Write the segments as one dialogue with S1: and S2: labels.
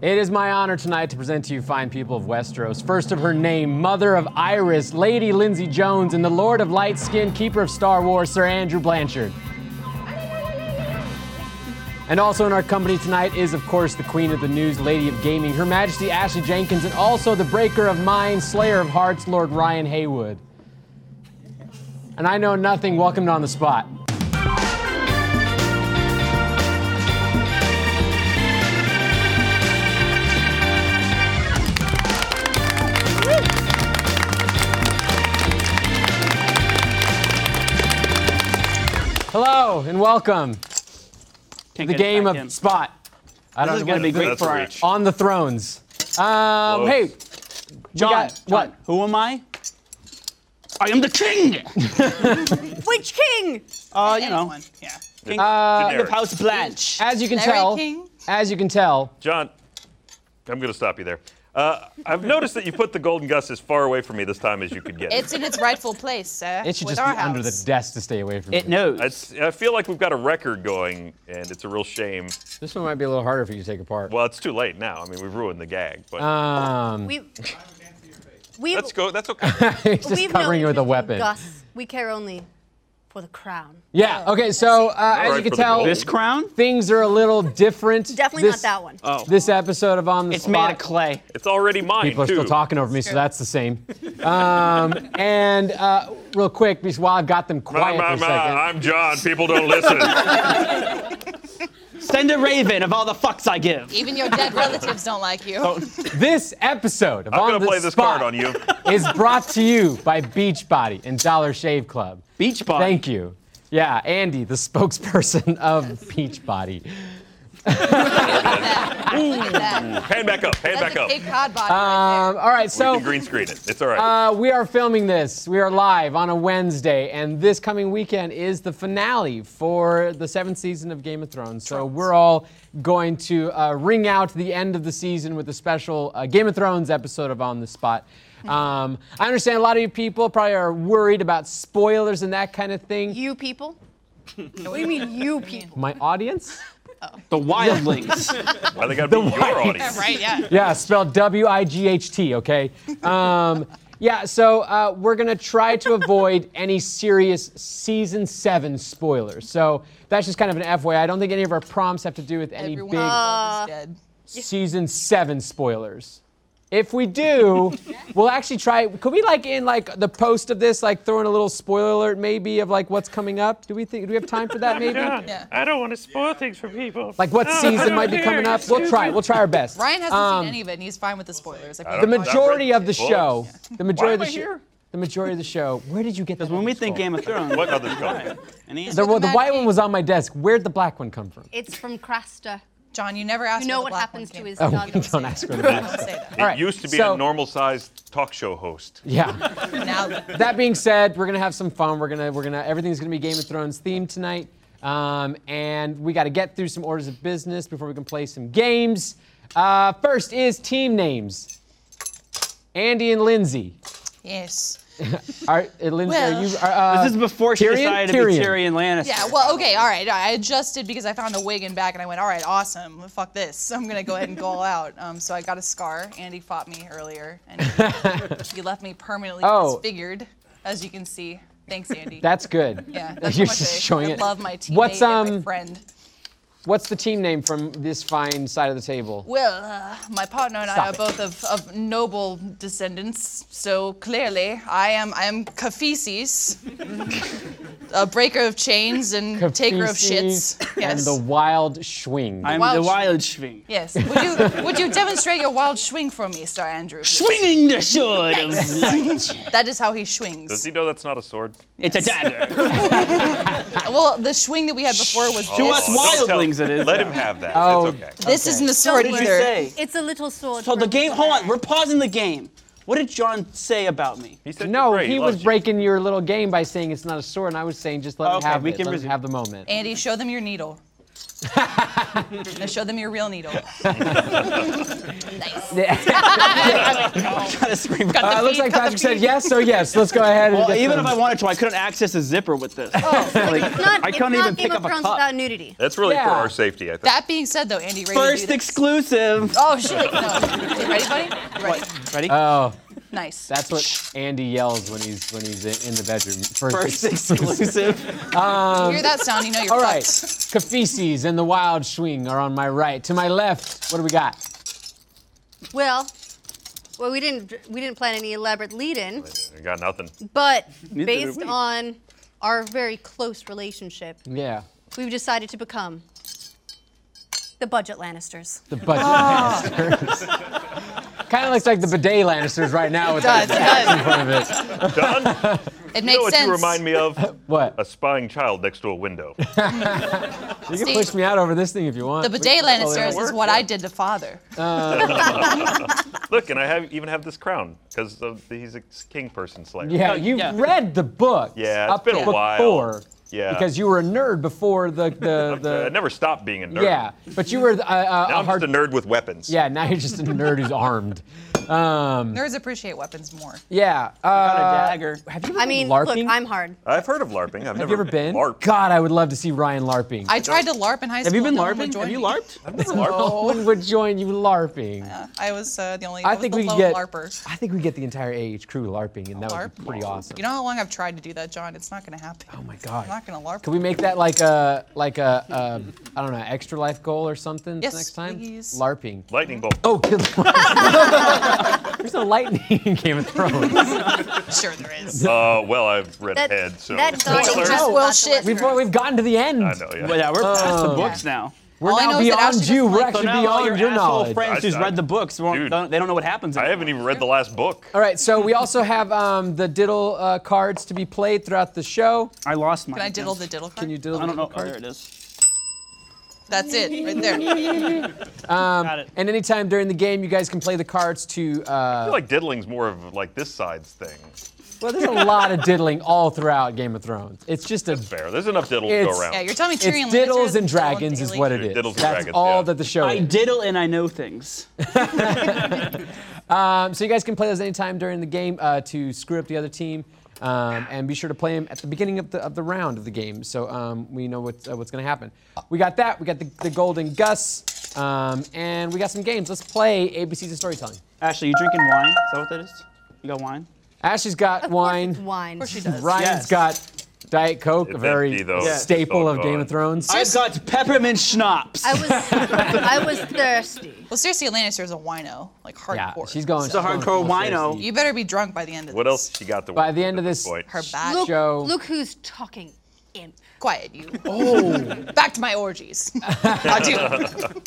S1: It is my honor tonight to present to you fine people of Westeros. First of her name, mother of Iris, Lady Lindsay Jones, and the Lord of Light Skin, keeper of Star Wars, Sir Andrew Blanchard. And also in our company tonight is, of course, the Queen of the News, Lady of Gaming, Her Majesty Ashley Jenkins, and also the Breaker of Minds, Slayer of Hearts, Lord Ryan Haywood. And I know nothing. Welcome to On the Spot. Hello and welcome the
S2: Can't get it
S1: game
S2: back
S1: of
S2: in.
S1: spot. I don't
S3: is
S1: know going to be
S3: good.
S1: great
S3: That's
S1: for
S3: a
S1: our
S3: reach.
S1: on the thrones. Um, hey, we
S2: John,
S1: got-
S2: John,
S1: what?
S2: Who am I? I am the king.
S4: Which king?
S2: Uh, you know,
S5: Anyone. Yeah.
S2: king of
S3: Generic.
S2: Uh, House Blanche.
S1: As you can
S5: Larry
S1: tell,
S5: King?
S1: as you can tell,
S3: John, I'm going to stop you there. Uh, I've noticed that you put the Golden Gus as far away from me this time as you could get.
S5: It's in its rightful place, sir.
S1: it should
S5: with
S1: just
S5: our
S1: be
S5: house.
S1: under the desk to stay away from
S2: It
S1: you.
S2: knows.
S3: I s- I feel like we've got a record going, and it's a real shame.
S1: This one might be a little harder for you to take apart.
S3: Well, it's too late now. I mean, we've ruined the gag, but
S1: Um,
S4: We. We.
S3: let's go. That's okay.
S1: he's just
S4: we've no
S1: covering you with a
S4: interest
S1: weapon.
S4: in Gus, we care only for the crown.
S1: Yeah. Okay. So uh, as
S3: right
S1: you can
S3: for the
S1: tell,
S3: gold.
S2: this crown?
S1: things are a little different.
S4: Definitely
S1: this-
S4: not that one.
S2: Oh,
S1: This episode of on the
S2: it's
S1: spot.
S2: made of clay.
S3: it's already mine
S1: People are
S3: too.
S1: still talking over me, so that's the same. Um, and uh, real quick, because while I've got them
S3: Ma,
S1: quiet for
S3: ma,
S1: a
S3: ma,
S1: second.
S3: I'm John. People don't listen.
S2: Send a raven of all the fucks I give.
S5: Even your dead relatives don't like you.
S3: Oh,
S1: This episode of
S3: I'm
S1: On
S3: going to
S1: the
S3: play this
S1: Spot
S3: card on you.
S1: is brought to you by Beachbody and Dollar Shave Club.
S2: Beach body.
S1: Thank you. Yeah, Andy, the spokesperson of Beachbody.
S5: Look at that.
S3: Hand back up. Hand
S5: That's
S3: back
S5: a
S3: up.
S5: big
S3: You
S5: cod body right
S1: Um, all right, so
S3: can green screen it. It's all right.
S1: uh, we are filming this. We are live on a Wednesday, and this coming weekend is the finale for the seventh season of Game of Thrones. So we're all going to uh, ring out the end of the season with a special uh, Game of Thrones episode of On the Spot. Um, I understand a lot of you people probably are worried about spoilers and that kind of thing.
S4: You people. what do you mean, you people?
S1: My audience?
S2: The wildlings.
S3: I think I'd be your audience.
S5: there. Right, yeah.
S1: Yeah, spelled W I G H T, okay? Um, yeah, so uh, we're going to try to avoid any serious season seven spoilers. So that's just kind of an FYI. I don't think any of our prompts have to do with any
S5: Everyone Oh,
S1: big
S5: in the world is dead.
S1: season seven spoilers. If we do, we'll actually try. Could we like in like the post of this, like throw in a little spoiler alert maybe of like what's coming up? Do we think do we have time for that maybe?
S5: Yeah.
S3: I don't want to spoil things for people.
S1: Like what season might be coming up? We'll try. We'll try our best.
S5: Ryan hasn't
S1: Um,
S5: seen any of it, and he's fine with the spoilers. I feel
S1: The
S3: I've
S5: like-
S3: read
S1: majority of the
S3: books.
S1: show. The majority of
S3: am
S1: the
S3: I
S1: show.
S3: here?
S1: The majority of the show. Where did you get that?
S2: Because when we
S1: other
S2: think
S1: skull?
S2: Game of Thrones,
S3: What other show?
S2: any-
S1: the, the,
S5: the Mad
S1: white one
S5: King.
S1: was on my desk. Where'd the black one come from?
S4: It's from Craster.
S5: John, you never asked
S4: You
S5: where
S4: know
S5: the
S4: what
S5: black
S4: happens
S5: one
S4: to
S5: came
S4: his
S5: from.
S4: dog.
S1: Oh, Don't ask her. to-
S5: Don't say that.
S3: It
S1: right,
S3: used to be
S1: so-
S3: a normal-sized talk show host.
S1: Yeah.
S5: Now that-
S1: that being said, we're gonna have some fun. We're gonna we're gonna everything's gonna be Game of Thrones themed tonight, um, and we got to get through some orders of business before we can play some games. Uh, first is team names. Andy and Lindsay.
S5: yes.
S1: Are uh, Lindsay?
S5: Well-
S1: are you? Are, uh,
S2: This is before she
S1: Tyrion?
S2: decided to be
S1: Tyrion.
S2: Tyrion Lannister.
S5: Yeah, well, okay, all right. I adjusted because I found a wig and back, and I went, all right, awesome. Fuck this. So I'm gonna go ahead and go all out. Um, so I got a scar. Andy fought me earlier, and he left me permanently
S1: Oh.
S5: disfigured, as you can see. Thanks, Andy.
S1: That's good.
S5: yeah, that's
S1: You're
S5: how much
S1: just
S5: I-
S1: showing
S5: I
S1: it.
S5: love my teammate
S1: What's,
S5: and my
S1: um,
S5: friend.
S1: What's the team name from this fine side of the table?
S5: Well, uh, my partner and I
S1: Stop
S5: are
S1: it.
S5: both of, of noble descendants, so clearly I am I am Kafisis, a breaker of chains and taker of shits.
S1: Cafesi
S5: Yes.
S1: And the Wild Schwing.
S2: I'm
S5: Wild
S2: the
S5: sh-
S2: wild swing.
S5: Yes. Would you would you demonstrate your wild swing for me, Sir Andrew? please?
S2: Swinging the sword of light.
S5: That is how he
S3: Does
S5: swings.
S3: he know that's not a sword?
S2: It's a dagger.
S5: Well, the swing that we had before was
S2: To
S5: this.
S2: us
S3: Oh, don't tell-
S2: wildlings it is.
S3: Let him have that.
S1: Oh.
S3: It's okay.
S5: This isn't a sword
S2: What did you
S5: either.
S2: say?
S4: It's a little sword.
S2: So the
S4: from-
S2: game, hold on, we're pausing the game. What did John say about me?
S3: He said
S1: No,
S3: you're great.
S1: he
S3: loves
S1: was
S3: you.
S1: breaking your little game by saying it's not a sword, and I was saying just let it
S2: Okay,
S1: have
S2: we
S1: it.
S2: can
S1: let it
S2: resume.
S1: have the moment.
S5: Andy, show them your needle. and I showed them your real needle. nice.
S2: Gotta scream.
S5: Got the
S1: Uh, it looks
S5: feed,
S1: like
S5: got the
S1: Patrick said
S5: feed.
S1: yes, so yes. Let's go ahead and
S2: Well,
S1: get
S2: even
S1: them.
S2: if I wanted to, I couldn't access a zipper with
S5: Oh,
S2: this. Like,
S4: It's not,
S2: I
S4: it's
S2: couldn't
S4: not
S2: even
S4: Game
S2: pick
S4: of
S2: up a
S4: Thrones
S2: cup.
S4: without nudity.
S3: That's really
S1: Yeah.
S3: for our safety, I think.
S5: That being said, though, Andy, ready to
S2: First
S5: do this?
S2: exclusive.
S5: Oh shoot! No. You ready, buddy? You ready?
S2: Ready?
S5: Nice.
S1: Oh, That's what Andy yells when he's when he's in, in the bedroom. First,
S2: First exclusive.
S5: you hear that sound? You know you're
S1: All right.
S5: fucked.
S1: Kafisis and the Wild Swing are on my right. To my left, what do we got?
S4: Well, well, we didn't we didn't plan any elaborate lead-in,
S3: I got nothing.
S4: but
S2: did
S4: based
S2: we.
S4: on our very close relationship,
S1: Yeah,
S4: we've decided to become the budget Lannisters.
S1: the budget
S5: Ah.
S1: Lannisters. kind of looks like the bidet Lannisters right now with
S5: Does,
S1: that in
S5: does.
S1: front of it.
S3: Don, you
S5: It
S3: know
S5: makes
S3: what
S5: sense.
S3: you remind me of? A
S1: What?
S3: spying child next to a window.
S1: You can push me out over this thing if you want.
S5: The bidet Lannisters is
S3: work,
S5: what
S3: yeah.
S5: I did to father.
S3: Look, and I have even have this crown because he's a king person slayer.
S1: Yeah, you've
S2: Yeah.
S1: read the book.
S3: Yeah, it's
S1: up
S3: been a
S1: to book
S3: while.
S1: Four,
S3: Yeah.
S1: Because you were a nerd before the the, the
S3: uh, I never stopped being a nerd.
S1: yeah, but you were a, a,
S3: Now
S1: a
S3: I'm
S1: hard
S3: just a nerd with weapons.
S1: Yeah, now you're just a nerd who's armed. Um,
S5: Nerds appreciate weapons more.
S1: yeah.
S2: Got
S1: Uh,
S2: a dagger.
S1: have you ever
S4: I
S1: been
S4: mean,
S1: LARPing?
S4: look, I'm hard.
S3: I've heard of LARPing.
S1: have
S3: I've never
S1: you ever been?
S3: LARPed.
S1: God, I would love to see Ryan LARPing.
S5: I tried to LARP in high school.
S2: Have you been
S5: and no one would
S2: LARPing?
S5: join
S2: Have you
S5: me.
S2: LARPed?
S3: I've never LARPed.
S1: no one would join you LARPing.
S5: I was Oh. uh, the only.
S1: I
S5: was
S1: think
S5: the
S1: we
S5: lone
S1: get.
S5: LARPer.
S1: I think we get the entire AH crew LARPing, and that would be
S5: LARP?
S1: pretty awesome.
S5: You know how long I've tried to do that, John? It's not gonna happen.
S1: oh my God.
S5: I'm not gonna LARP.
S1: Can we make that like a like a, a I don't know extra life goal or something
S5: Yes,
S1: next time?
S5: please.
S1: LARPing.
S3: Lightning bolt.
S1: Oh, good lord. There's no lightning in Game of Thrones.
S5: Sure there is.
S3: Uh, well, I've read
S4: That-
S3: ahead, so.
S4: that dog
S3: Spoilers.
S4: is
S5: just-
S4: just
S5: Well,
S4: not
S5: shit.
S4: the
S1: We've, we've gotten to the end.
S3: I know, yeah.
S2: Well, yeah, we're past
S5: Oh.
S2: the books now.
S1: We're
S5: All I
S1: now
S5: know is that Ashley
S1: beyond you.
S5: doesn't
S1: We're
S5: like-
S1: actually
S2: So now all
S1: beyond
S2: your,
S1: your
S2: asshole
S1: knowledge.
S2: friends who's
S3: I-
S2: read the books, won't-
S3: Dude.
S2: don't- they don't know what happens.
S3: I haven't even read the last book.
S1: All right, so we also have um, the diddle uh, cards to be played throughout the show.
S2: I lost mine.
S5: Can I diddle the diddle card?
S1: Can you diddle
S2: I don't know.
S1: the
S2: Oh,
S1: card?
S2: there it is.
S5: That's it, right there. Um,
S2: Got it.
S1: And anytime during the game, you guys can play the cards to.
S3: I
S1: Uh,
S3: feel like diddling's more of like this side's thing.
S1: well, there's a lot of diddling all throughout Game of Thrones. It's just a.
S3: Fair. There's enough diddle to
S1: It's-
S3: go around.
S5: Yeah, you're telling me Tyrion
S1: It's diddles
S5: Lannister
S1: and
S5: diddle
S1: dragons is
S5: daily?
S1: what it is.
S3: Diddles and
S1: That's
S3: dragons,
S1: all
S3: yeah.
S1: that the show
S2: I
S1: is.
S2: diddle and I know things.
S1: Um, so you guys can play those anytime during the game uh, to screw up the other team, um, and be sure to play them at the beginning of the, of the round of the game, so um, we know what's uh, what's going to happen. We got that. We got the, the golden Gus, um, and we got some games. Let's play ABCs of storytelling.
S2: Ashley, you drinking wine? Is that what that is? You got wine?
S1: Ashley's got
S4: It's
S1: wine.
S4: Wine.
S5: Of course she does.
S1: Ryan's
S2: Yes.
S1: got Diet Coke, a
S3: It's
S1: very
S3: empty, though.
S2: Yeah.
S1: staple
S3: It's all
S1: of Game
S3: gone.
S1: of Thrones.
S2: I've got peppermint schnapps.
S4: I was, I was thirsty.
S5: Well, seriously, Lannister's a wino, like hardcore.
S1: yeah, she's going.
S2: It's a hardcore wino.
S5: You better be drunk by the end of
S3: What
S5: this.
S3: else she got to
S1: By
S3: work
S1: the
S3: with
S1: end
S3: at
S1: of this-
S3: point?
S5: Her bad.
S4: Look,
S1: Joe.
S4: look who's talking, imp.
S5: Quiet you. Oh. Back to my orgies. I do.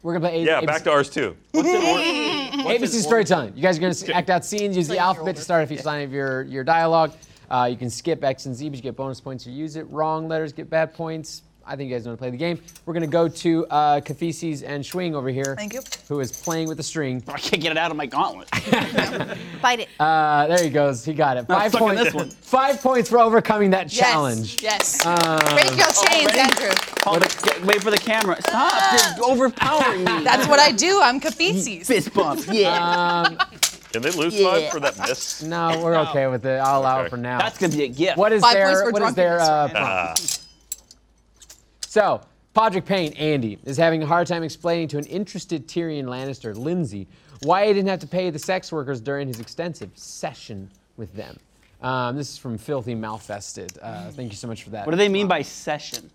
S1: We're gonna play. A-
S3: Yeah,
S1: ABC
S3: back to ours too. What's in order?
S1: ABC storytelling. You guys are going to act out scenes, use the
S5: like you're
S1: alphabet to
S5: older.
S1: start off each line of your, your dialogue. Uh, you can skip X and Z, but you get bonus points if you use it. Wrong letters get bad points. I think you guys know how to play the game. We're going to go to uh, Kafisis and Schwing over here.
S5: Thank you.
S1: Who is playing with the string.
S2: I can't get it out of my gauntlet.
S4: Bite it.
S1: Uh, there he goes. He got it. Five
S2: suck on
S1: points.
S2: this one.
S1: Five points for overcoming that challenge. Um,
S5: Yes. yes. Break your chains, Andrew.
S2: Hold it. Get- wait for the camera. Stop! You're overpowering me.
S5: That's what I do. I'm Kafisis.
S2: fist bump. Yeah.
S3: Can they lose five for that miss?
S1: Um, No, we're okay with it. I'll allow it
S3: Okay.
S1: for now.
S2: That's gonna be a gift.
S1: What is
S5: Five points
S1: their
S5: for
S1: what is their
S5: drunkenness,
S1: uh,
S5: right?
S1: prompt? So, Podrick Payne, Andy, is having a hard time explaining to an interested Tyrion Lannister, Lindsay, why he didn't have to pay the sex workers during his extensive session with them. Um, this is from Filthy Malfested. Uh, thank you so much for that.
S2: What do they mean by session?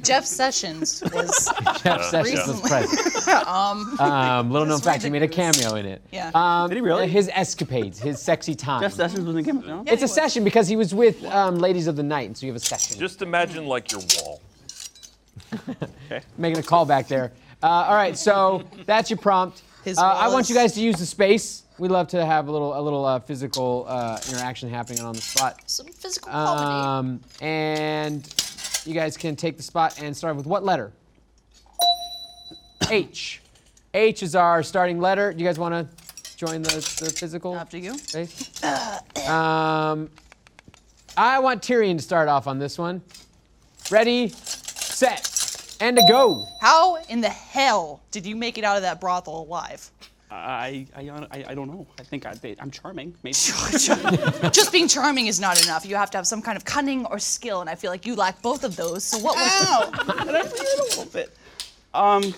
S5: Jeff Sessions was.
S1: Jeff Sessions was
S5: recently.
S1: present. um, little known
S5: just read
S1: fact, he
S5: the
S1: made a
S5: news.
S1: cameo in it.
S5: Yeah.
S1: Um,
S2: Did he really?
S1: His escapades, his sexy time.
S2: Jeff Sessions was in Game of Thrones.
S1: It's a session because he was with um, Ladies of the Night, and so you have a session.
S3: Just imagine like your wall.
S1: making a call back there. Uh, all right, so that's your prompt.
S5: His
S1: Uh, I want
S5: walls.
S1: you guys to use the space. We love to have a little a little uh, physical uh, interaction happening on the spot.
S5: Some physical
S1: Um,
S5: comedy.
S1: and you guys can take the spot and start with what letter? H. H is our starting letter. Do you guys want to join the, the physical
S5: Up to you.
S1: space? Um, I want Tyrion to start off on this one. Ready, set, and a go.
S5: How in the hell did you make it out of that brothel alive?
S2: I, I, hon- I, I don't know. I think I, they, I'm charming. Maybe.
S5: Just being charming is not enough. You have to have some kind of cunning or skill, and I feel like you lack both of those. So what was?
S2: Ow! Did I bleed a little bit? Um,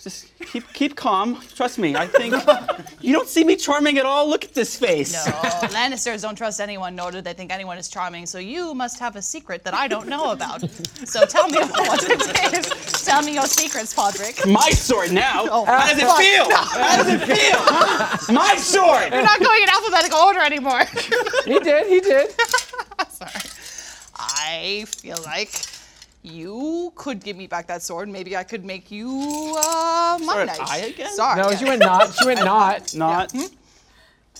S2: just keep keep calm. Trust me. I think you don't see me charming at all. Look at this face.
S5: No, Lannisters don't trust anyone, nor do they think anyone is charming. So you must have a secret that I don't know about. So tell me what it is. Tell me your secrets, Podrick.
S2: My sword now. How does it feel? How does it feel? My sword.
S5: We're not going in alphabetical order anymore.
S1: He did, he did.
S5: I feel like you could give me back that sword. Maybe I could make you uh, my
S2: Sword
S5: knight.
S2: I again?
S5: Sorry.
S1: No, she went not. She went not.
S2: Not.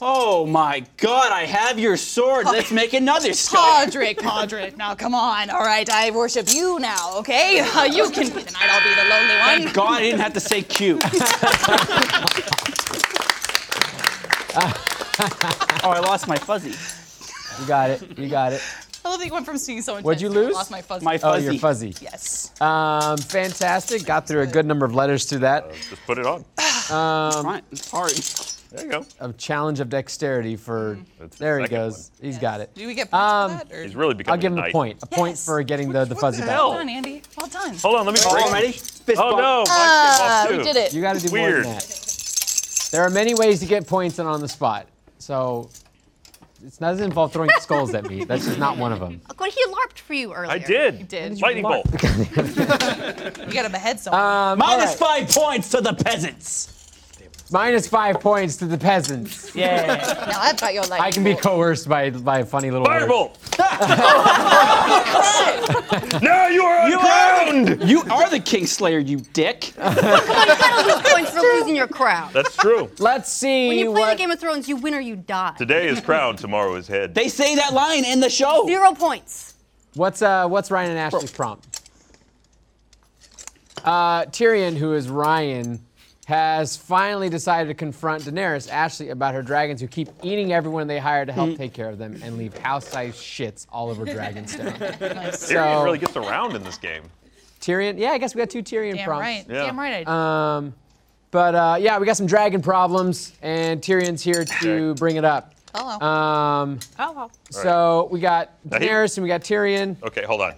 S2: Oh my God! I have your sword. Let's make another sword.
S5: Podrick, Podrick. Now come on. All right, I worship you now. Okay, Uh, you can be the knight. I'll be the lonely one.
S2: God, I didn't have to say cute. oh, I lost my fuzzy.
S1: You got it. You got it.
S5: I love that you went from seeing so intense.
S1: What'd you
S5: to I
S1: lose?
S5: Lost my fuzz.
S2: My
S1: Oh,
S2: fuzzy.
S1: you're fuzzy.
S5: yes.
S1: Um, fantastic. Got through a good number of letters through that.
S3: Just put it on.
S2: Fine. It's hard.
S3: There you go.
S1: A challenge of dexterity for.
S3: Mm-hmm. That's the
S1: There he
S3: second
S1: goes. He's got it.
S5: Do we get points
S1: Um,
S5: for that? Or?
S3: He's really becoming
S1: I'll give him
S3: a
S1: a
S3: knight.
S1: point. A point
S5: Yes.
S1: for getting the, the fuzzy
S5: What
S1: back.
S5: Well done, Andy. Well done.
S3: Hold on, let me break.
S2: Oh, ready? Fist
S3: Oh
S2: bump.
S3: no!
S5: Ah, we did it.
S1: You got to do more
S3: Weird.
S1: than that. There are many ways to get points and on the spot. So it doesn't involve throwing skulls at me. That's just not one of them.
S4: Look what he larped for you earlier.
S3: I did. You
S5: did.
S3: Lightning
S1: Mark-
S3: bolt.
S5: You gotta behead someone.
S1: Uh,
S2: Minus
S1: All
S2: five points to the peasants.
S1: Minus five points to the peasants.
S2: Yeah.
S5: now I've got your life.
S1: I can be coerced by by funny little. words.
S3: Firebolt. now you are on
S2: you, are the, you are the Kingslayer, you dick.
S4: Points for losing your crown.
S3: That's true.
S1: Let's see
S4: When you play
S1: what
S4: the Game of Thrones, you win or you die.
S3: Today is crown, tomorrow is head.
S2: They say that line in the show.
S4: Zero points.
S1: What's uh what's Ryan and Ashley's prompt? Uh, Tyrion, who is Ryan, has finally decided to confront Daenerys Ashley about her dragons who keep eating everyone they hire to help
S3: Mm.
S1: take care of them and leave house-sized shits all over Dragonstone.
S5: Nice.
S1: so-
S3: Tyrion really gets around in this game.
S1: Tyrion, yeah, I guess we got two Tyrion
S5: Damn
S1: prompts.
S5: right.
S3: Yeah.
S5: Damn right. I did.
S1: Uh, But uh, yeah, we got some dragon problems, and Tyrion's here to
S3: Okay.
S1: bring it up.
S5: Hello.
S1: Um,
S5: Hello.
S1: So we got
S3: Now he-
S1: Daenerys and we got Tyrion.
S3: Okay, hold on.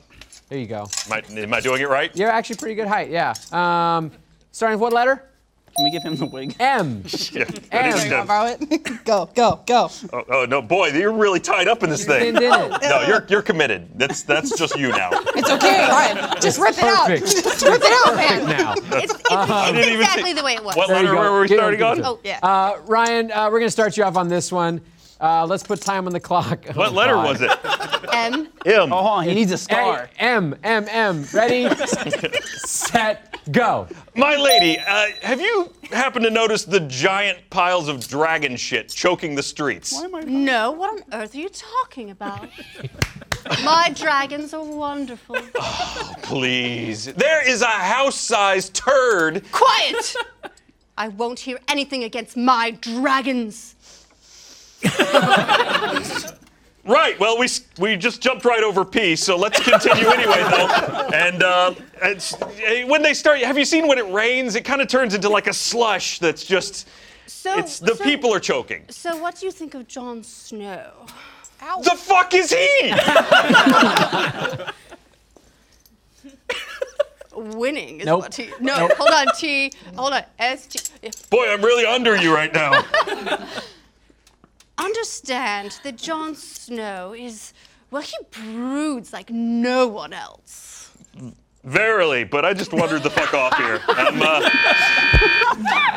S1: There you go.
S3: Am I, am I doing it right?
S1: You're actually pretty good height, yeah. Um, starting with what letter?
S2: Can we give him the wig?
S1: M.
S3: Yeah.
S1: And-
S3: That is-
S5: You wanna borrow it? go, go, go.
S3: oh, oh, no, boy, you're really tied up in this
S1: Didn't
S3: thing.
S1: did it.
S3: No, you're you're committed. That's that's just you now.
S5: It's okay. All right. Just rip it out.
S1: Perfect.
S5: Just rip it out, man.
S1: Now.
S4: It's, it's,
S3: didn't
S4: it's
S3: even
S4: exactly
S3: think-
S4: the way it was.
S3: What
S1: There you
S3: letter
S1: go.
S3: were we
S1: Give it-
S3: starting
S1: give it
S3: on?
S1: to
S4: oh, yeah.
S1: Uh, Ryan, uh, we're gonna start you off on this one. Uh, let's put time on the clock. Oh,
S3: What letter was it?
S4: M.
S3: M.
S2: Oh, hold on, he needs a
S1: A,
S2: star.
S1: M, M, M. Ready, set, go.
S3: My lady, uh, have you happened to notice the giant piles of dragon shit choking the streets?
S4: No, what on earth are you talking about? My dragons are wonderful.
S3: Please. There is a house-sized turd.
S4: Quiet! I won't hear anything against my dragons.
S3: Right. Well, we s- we just jumped right over P, so let's continue anyway, though. And uh, it's, eh, when they start, have you seen when it rains? It kind of turns into like a slush. That's just.
S4: Oh, So
S3: It's the
S4: so-
S3: people are choking.
S4: So, what do you think of Jon Snow?
S5: Ow.
S3: The fuck is he?
S4: Winning is
S1: Nope.
S4: what he. No, hold on, T. Hold on, S T.
S3: Boy, I'm really under you right now.
S4: Understand that Jon Snow is. Well, he broods like no one else.
S3: Verily, but I just wandered the fuck off here. I'm, uh,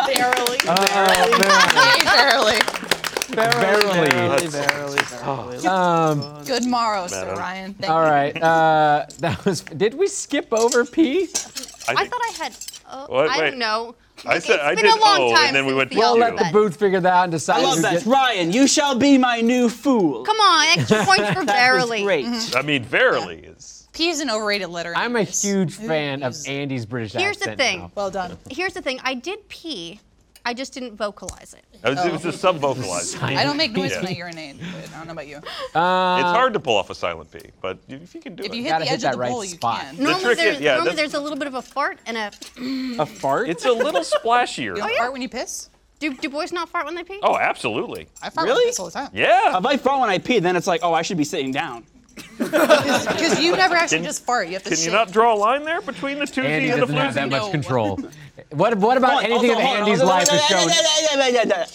S5: Barely.
S1: Oh, man.
S5: Barely.
S1: Barely.
S2: Barely, barely, barely.
S5: Good morrow, Sir
S3: Madam.
S5: Ryan. Thank
S1: All
S5: you.
S1: right. Uh, that was. Did we skip over P?
S4: I
S3: think-
S4: thought I had. Oh,
S3: What?
S4: I
S3: Wait.
S4: don't know.
S3: I
S4: Look,
S3: said-
S4: it's
S3: I
S4: been
S3: did
S4: a long
S3: O, and
S4: time
S3: then we
S4: since
S3: went to
S1: We'll let the
S4: alphabet.
S1: booth figure that out and decide.
S2: I love
S1: who
S2: that.
S1: gets-
S2: Ryan, you shall be my new fool.
S4: Come on, extra points for
S2: that was
S4: barely.
S2: great.
S3: I mean, verily is.
S5: P is an overrated letter.
S1: I'm a
S5: anyways.
S1: huge fan of Andy's British
S4: Here's the
S1: accent.
S4: thing.
S1: now.
S5: Well done.
S4: Here's the thing I did pee I just didn't vocalize it.
S3: It was, it was a sub vocalized. It's
S5: I don't make noise when I
S3: Yeah.
S5: urinate. But I don't know about you.
S3: hard to pull off a silent P, but if you can do
S5: If
S3: it.
S5: you hit
S1: Gotta
S5: the
S1: hit
S5: edge
S1: that
S5: of the
S1: right
S5: bowl, you
S1: spot.
S5: can.
S3: No.
S4: Normally,
S3: trick
S4: there's,
S3: is- yeah,
S4: normally
S3: that's-
S4: there's a little bit of a fart and a.
S1: A fart?
S3: it's a little splashier.
S5: You don't fart when you piss?
S4: Do, do boys not fart when they pee?
S3: Oh, absolutely.
S5: I fart when I
S2: Really?
S5: piss all the time.
S3: Yeah.
S2: If I fall when I pee, then it's like, oh, I should be sitting down.
S5: Because you never actually
S3: Can-
S5: just fart. You have to
S3: Can
S5: shit.
S3: you not draw a line there between the two
S1: Andy
S3: and the
S1: doesn't have
S3: floozy?
S5: floozy?
S1: that much
S5: No.
S1: control. What, what about anything in
S2: Also, hold on,
S1: Andy's
S2: hold on,
S1: life
S2: hold
S1: is
S2: on,
S1: shown?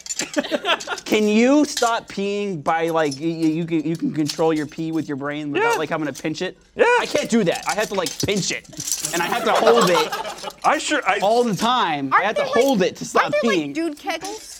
S2: Can you stop peeing by like y- y- you can you can control your pee with your brain without
S3: Yeah.
S2: like having to pinch it?
S3: Yeah.
S2: I can't do that. I have to like pinch it, and I have to hold it
S3: I sure. I,
S2: all the time. I have to
S4: there, like-
S2: hold it to stop
S4: Aren't there
S2: peeing.
S4: like dude kegels?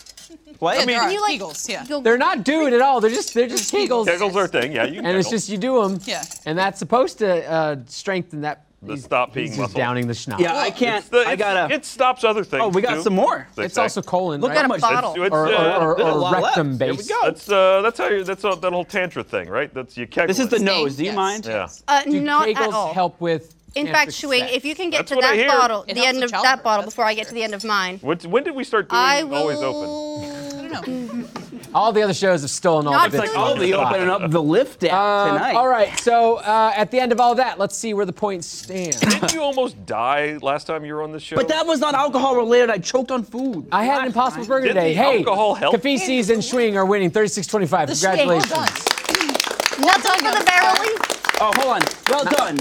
S2: what?
S5: Yeah,
S2: I mean,
S5: there are
S4: You like
S5: Kegels, yeah.
S4: you'll-
S1: They're not dude at all. They're just they're just kegels.
S3: Kegel's our thing. Yeah, you can
S1: And it's
S3: kegel.
S1: just you do them.
S5: Yeah.
S1: And that's supposed to uh, strengthen that.
S3: The stop peeing
S1: he's just
S3: muscle.
S1: downing the schnapps.
S2: yeah, I can't.
S3: It's the-
S2: I
S3: it's-
S2: gotta.
S3: It stops other things.
S2: oh, we got
S3: too,
S2: some more.
S3: they
S1: It's
S3: say.
S1: also colon.
S2: Look
S1: right?
S2: at how much.
S4: Bottle.
S3: It's- it's,
S1: Or, or,
S3: uh,
S1: or,
S2: There's a
S1: or
S2: lot left.
S1: rectum
S2: There we
S1: base.
S2: go.
S3: That's uh, that's how you that's all, that whole tantra thing, right? That's you kegel.
S2: This is the nose. Do you
S5: Yes.
S2: mind?
S3: Yeah.
S4: uh,
S1: Do
S4: not
S1: kegels
S4: at all.
S1: help with?
S4: In
S1: cancer
S4: fact, Shuing,
S1: stats?
S4: if you can get
S3: That's
S4: to
S3: what I
S4: that
S3: hear.
S4: bottle,
S5: It
S4: the
S5: helps
S4: end
S5: with
S4: of
S5: childbirth,
S4: that bottle
S5: that's
S4: before
S5: for
S4: I get to
S5: sure.
S4: the end of mine,
S3: What's, when did we start doing
S4: I will.
S3: always open?
S5: I don't know.
S1: all the other shows have stolen all
S4: Not
S1: the bits.
S4: like
S1: from
S2: Oh,
S1: the
S2: they
S1: spot.
S2: opening up the lift app
S1: Um,
S2: tonight.
S1: all right, so uh, at the end of all that, let's see where the points stand.
S3: Didn't you almost die last time you were on the show?
S2: But that was not alcohol related. I choked on food.
S1: I had an
S2: Last
S1: impossible
S2: time.
S1: burger
S3: Didn't
S1: today.
S3: the
S1: Hey,
S3: alcohol help?
S1: Kafisis and Schwing are winning 36-25.
S5: The Schwing, well
S1: Congratulations.
S5: done.
S4: Nuts
S5: done,
S4: over
S5: young
S4: the barrel.
S2: Oh, hold on. Well done.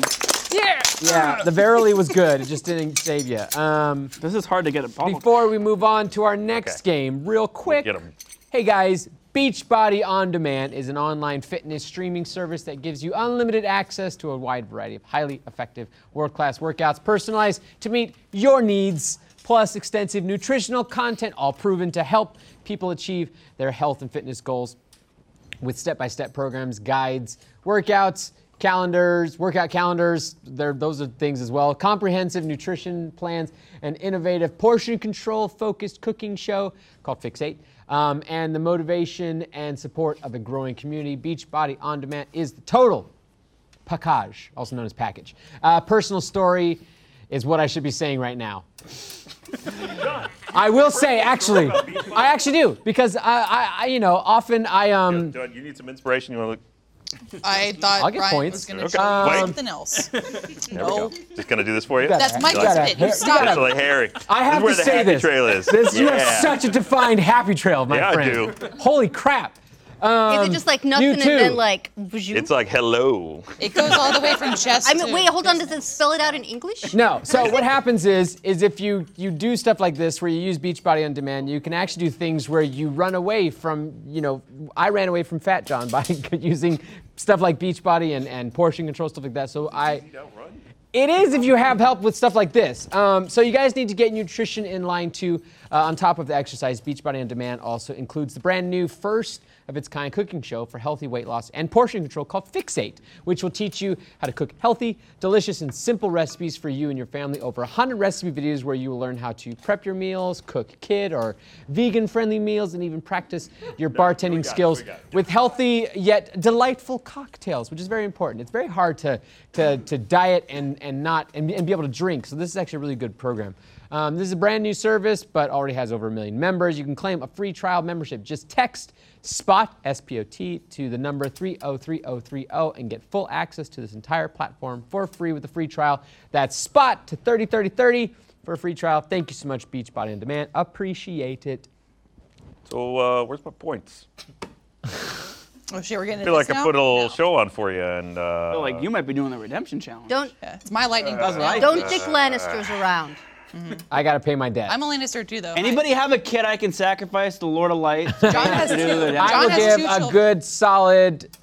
S1: Yeah, the verily was good. It just didn't save you. Um,
S2: This is hard to get a bottle.
S1: before we move on to our next
S3: Okay.
S1: game, real quick.
S3: Get 'em.
S1: Hey guys, Beachbody On Demand is an online fitness streaming service that gives you unlimited access to a wide variety of highly effective world class workouts personalized to meet your needs, plus extensive nutritional content, all proven to help people achieve their health and fitness goals with step by step programs, guides, workouts, calendars, workout calendars. There, those are things as well. Comprehensive nutrition plans, an innovative portion control focused cooking show called Fixate, um, and the motivation and support of a growing community. Beachbody On Demand is the total package, also known as package. Uh, personal story is what I should be saying right now. I will say, actually, I actually do because I, I, I you know, often I um.
S3: John, you need some inspiration. You want
S5: I thought
S1: I'll get
S5: Brian
S1: points.
S5: was going to
S3: Okay.
S5: show you
S3: Wait.
S5: something else.
S3: to? There we go. Just gonna do this for you.
S1: That's
S5: That's my
S1: You gotta-
S5: bit. You
S1: you
S5: stop.
S3: It's like Harry.
S1: I have
S3: this
S1: to
S3: is where
S1: say
S3: the happy
S1: this.
S3: trail is.
S1: This you
S3: Yeah.
S1: have such a defined happy trail, my
S3: Yeah, I
S1: friend.
S3: do.
S1: Holy crap!
S4: Is it just like nothing
S1: Um,
S4: and
S1: too.
S4: then like?
S3: It's like hello.
S5: It goes all the way from chest
S4: I
S5: to
S4: mean, wait, hold on. Does it spell it out in English?
S1: No. So what happens is, is if you you do stuff like this where you use Beachbody on demand, you can actually do things where you run away from. You know, I ran away from Fat John by using stuff like Beachbody and and portion control stuff like that. So I. It is if you have help with stuff like this. Um, so you guys need to get nutrition in line too. Uh, on top of the exercise, Beachbody on Demand also includes the brand new first of its kind cooking show for healthy weight loss and portion control called Fixate, which will teach you how to cook healthy, delicious, and simple recipes for you and your family. Over 100 recipe videos where you will learn how to prep your meals, cook kid or vegan-friendly meals, and even practice your bartending
S3: got it,
S1: skills
S3: we got it.
S1: with healthy yet delightful cocktails, which is very important. It's very hard to to, to diet and and not and, and be able to drink. So this is actually a really good program. Um, this is a brand new service, but already has over a million members. You can claim a free trial membership. Just text SPOT S P O T to the number 303030 and get full access to this entire platform for free with a free trial. That's SPOT to 303030 for a free trial. Thank you so much, Beachbody on Demand. Appreciate it.
S3: So uh, where's my points?
S5: Oh shit, we're getting.
S3: I feel like I put a little show on for you, and uh,
S2: Oh, like you might be doing the redemption challenge.
S4: Don't
S5: It's my lightning
S2: That's
S5: bolt.
S2: what I
S4: don't
S2: think.
S4: dick Lannisters around.
S1: I gotta pay my debt.
S5: I'm a Lannister too, though.
S2: Anybody have a kid I can sacrifice the Lord of Light?
S5: John has
S2: Do
S5: two.
S2: the
S5: John
S1: I will
S5: has
S1: give
S5: two
S1: a
S5: children.
S1: good solid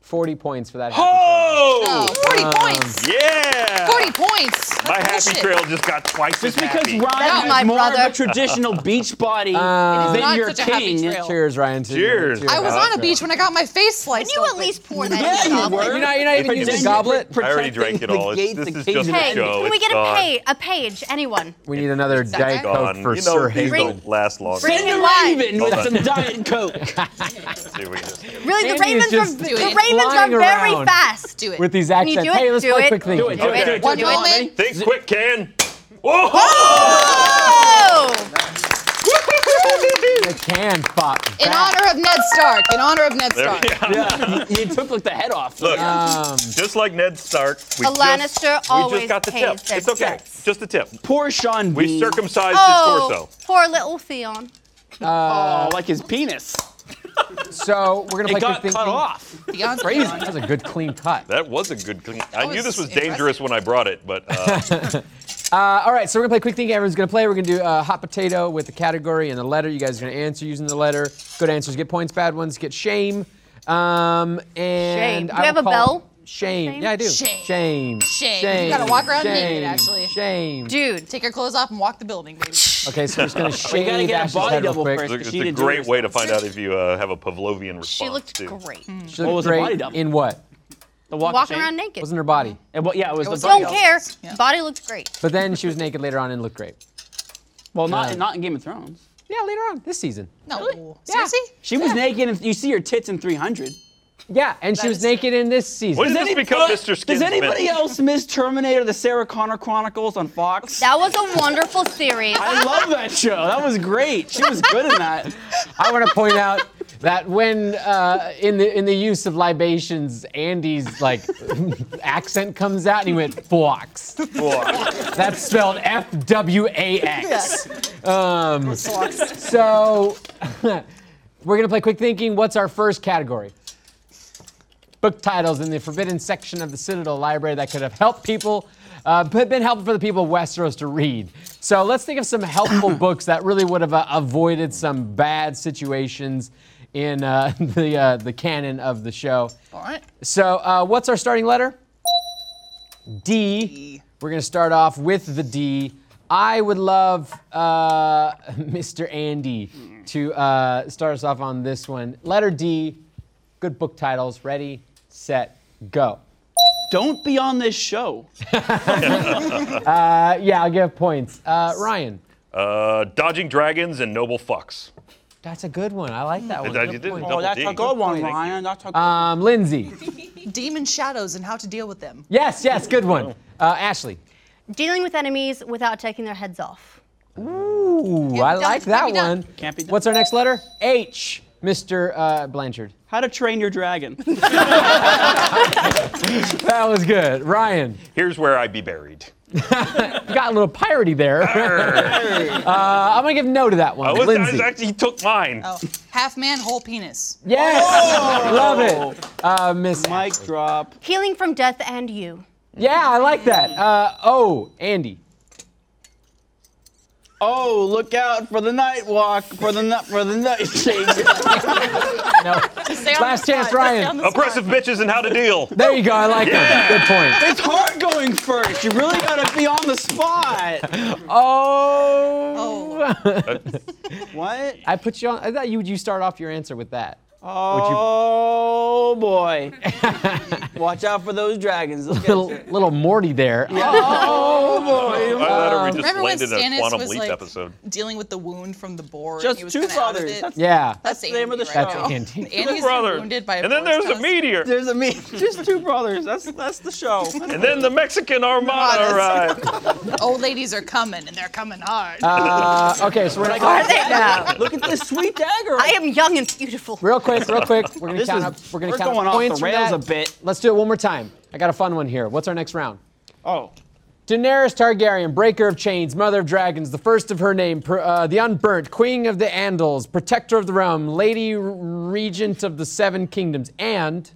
S1: 40 points for that. happy
S5: No,
S3: oh
S5: 40
S2: Um,
S5: points.
S3: yeah.
S5: 40 points. That's
S3: My happy
S5: bullshit.
S3: trail just got twice
S2: Just
S3: as
S2: because
S3: happy.
S2: Ron has
S4: my
S2: more of a
S4: brother.
S2: traditional beach body
S5: It is
S2: than
S5: not
S2: your
S5: such a happy
S2: king.
S5: trail.
S1: trail. Cheers, Ryan. to-
S3: Cheers.
S1: to
S5: I was
S3: Yeah.
S5: on a beach when I got my face sliced.
S4: Can you at
S5: open.
S4: least pour that
S2: Yeah, you
S4: in the goblet?
S2: were.
S1: You're not, you're not even
S2: Pretend
S1: using a
S2: you're
S1: goblet.
S2: pre-
S3: I already drank it
S2: protecting
S3: all.
S2: the
S3: It's,
S2: gates,
S3: this
S2: the
S3: is
S2: cage
S3: just
S2: of
S3: a
S4: Hey,
S3: show.
S4: can we
S3: It's
S4: get a,
S3: gone.
S4: page? a page? Anyone?
S1: We need another Diet Coke
S3: Gone.
S1: Oh, for
S3: you know,
S1: Sir
S3: these
S1: Hazel.
S3: don't last long.
S4: Bring
S2: Send a
S4: Why?
S2: raven with
S3: Hold
S2: some
S3: on.
S2: Diet Coke.
S3: Here we go.
S4: Really, the
S1: Andy is
S4: Ravens are
S1: just
S4: the
S5: doing it.
S4: Ravens are
S1: Flying
S4: very
S1: around.
S4: fast.
S5: do it.
S1: With these
S4: Can you
S1: accents.
S4: do it?
S1: Hey, let's
S4: do
S1: play
S4: it.
S1: quickly.
S4: Do it. Do
S3: Okay.
S4: it.
S3: Do it.
S5: One
S4: Do it.
S5: moment.
S3: Think quick, can. Whoa!
S4: Oh!
S1: can fought back.
S5: In honor of Ned Stark. In honor of Ned Stark.
S2: Yeah, you took like the head off.
S3: Look, just like Ned Stark, we
S4: A Lannister
S3: just, we
S4: always
S3: just got the
S4: pays
S3: tip.
S4: their
S3: It's okay,
S4: debts.
S3: just a tip.
S2: Poor Sean Bean.
S3: We circumcised
S4: Oh,
S3: his torso.
S4: poor little Theon.
S2: Oh, like his penis.
S1: So we're gonna play
S2: It got
S1: quick thinking.
S2: cut off.
S5: Beyond
S1: Crazy. That was a good clean cut.
S3: That was a good. Clean. I knew this was
S5: was
S3: dangerous when I brought it, but uh,
S1: Uh, all right, so we're gonna play quick thinking. Everyone's gonna play. We're gonna do uh, hot potato with the category and the letter. You guys are gonna answer using the letter. Good answers get points. Bad ones get shame. Um, and
S4: Shame. Do
S1: I
S4: we have
S1: will
S4: a
S1: call-
S4: bell?
S1: Shame.
S4: Shame?
S1: Yeah, I do.
S5: Shame.
S1: Shame.
S5: Shame. You gotta walk around naked, actually.
S1: Shame.
S4: Dude,
S5: Take your clothes off and walk the building, baby.
S1: Okay, so we're just gonna
S2: We
S1: shave
S2: gotta get a
S1: Ash's
S2: body
S1: head real
S2: double
S1: quick.
S2: first. 'cause
S3: it's
S2: she
S3: a
S2: didn't do
S3: great
S2: herself.
S3: way to find out if you uh, have a Pavlovian response.
S4: she looked
S3: too.
S4: great.
S1: She looked
S2: What was the
S1: great
S2: body double?
S1: in what?
S2: The walk of
S4: Walking
S2: shame.
S4: around naked.
S1: Wasn't her body.
S2: And what- yeah, it was,
S5: It was
S2: the
S5: so
S2: body
S4: Don't
S5: Yeah.
S2: double.
S4: care.
S5: Yeah.
S4: Body looks great.
S1: But then she was naked later on and looked great.
S2: Well, not
S1: Yeah.
S2: not in Game of Thrones.
S1: Yeah, later on this season.
S5: No.
S1: Yeah.
S5: Seriously?
S2: She was naked, and you see her tits in 300.
S1: Yeah, and she
S5: That
S1: was
S5: is true.
S1: naked in this
S3: What
S1: season.
S3: did this
S2: any-
S3: become, Mr. Skin?
S2: Does anybody else miss Terminator: The Sarah Connor Chronicles on Fox?
S4: That was a wonderful series.
S2: I love that show. That was great. She was good in that.
S1: I want to point out that when uh, in the in the use of libations, Andy's like accent comes out, and he went fox. That's spelled F W A X. Um, so we're gonna play quick thinking. What's our first category? Book titles in the forbidden section of the Citadel Library that could have helped people, uh, but been helpful for the people of Westeros to read. So let's think of some helpful books that really would have uh, avoided some bad situations in uh, the uh, the canon of the show.
S5: All right.
S1: So, uh, what's our starting letter? D. We're going to start off with the D. I would love uh, Mr. Andy to uh, start us off on this one. Letter D, good book titles. Ready, set, go.
S2: Don't be on this show.
S1: Uh, yeah, I'll give points. Uh, Ryan,
S3: Uh, dodging dragons and noble fucks.
S1: that's a good one. I like that one.
S3: I
S1: Good
S3: did it.
S1: point.
S3: Double
S2: Oh, that's
S3: D.
S2: a good one,
S3: Thank you.
S2: Ryan. That's a good
S1: Um, Lindsay.
S5: Demon shadows and how to deal with them.
S1: Yes, yes, good one. Uh, Ashley.
S4: Dealing with enemies without taking their heads off.
S1: Ooh, I
S5: done.
S1: like
S5: Can't
S1: that
S5: be done.
S1: one.
S2: Can't be done.
S1: What's our next letter? H, Mr. Uh, Blanchard.
S2: How to Train Your Dragon.
S1: That was good. Ryan,
S3: Here's where I be buried.
S1: you got a little piratey there. Uh, I'm going to give no to that one.
S3: I was, I
S1: Lindsay.
S3: was actually, he took mine.
S5: Oh, half man, whole penis.
S1: Yes.
S3: Oh!
S1: Love it. Uh, Miss.
S2: Oh, Mic drop.
S4: Healing from death and you.
S1: Yeah, I like that. Uh, oh, Andy.
S2: Oh, look out for the night walk, for the nut, for the night shake.
S1: No. Last chance, Ryan.
S3: Oppressive bitches and how to deal.
S1: There you go. I like that. Good point.
S2: it's hard going first. You really gotta be on the spot.
S1: Oh.
S2: What?
S1: I put you on. I thought you would you start off your answer with that.
S2: Oh boy. Watch out for those dragons. Look at
S1: Little,
S2: you.
S1: little Morty there.
S2: Oh boy.
S3: I thought we just
S5: Remember when
S3: landed a
S5: Stannis
S3: Quantum
S5: was
S3: Leap
S5: like
S3: episode.
S5: dealing with the wound from the boar?
S2: Just
S5: he was
S2: two
S5: kinda out of
S2: brothers.
S5: it.
S2: That's-
S1: Yeah.
S5: That's
S2: the name of the
S5: Andy
S2: show.
S5: right
S1: That's
S5: now.
S1: Andy.
S5: Andy's
S3: Brother.
S5: wounded by a
S3: and then
S5: boar's
S3: there's a
S5: tusk.
S3: meteor.
S2: There's a me. Just two brothers. That's that's the show.
S3: and then the Mexican armada
S5: Armadas.
S3: arrived.
S5: Old ladies are coming, and they're coming hard.
S1: Uh, okay, so we're gonna
S4: Are they now?
S2: Look at this sweet dagger.
S4: I am young and beautiful.
S1: Real quick, real quick. We're gonna
S2: This
S1: count
S2: is-
S1: up. We're gonna
S2: we're
S1: count
S2: going
S1: up
S2: off the
S1: points from
S2: rails
S1: that.
S2: a bit.
S1: Let's do it one more time. I got a fun one here. What's our next round?
S2: oh.
S1: Daenerys Targaryen, breaker of chains, mother of dragons, the first of her name, pr- uh, the unburnt, queen of the Andals, protector of the realm, lady r- regent of the seven kingdoms, and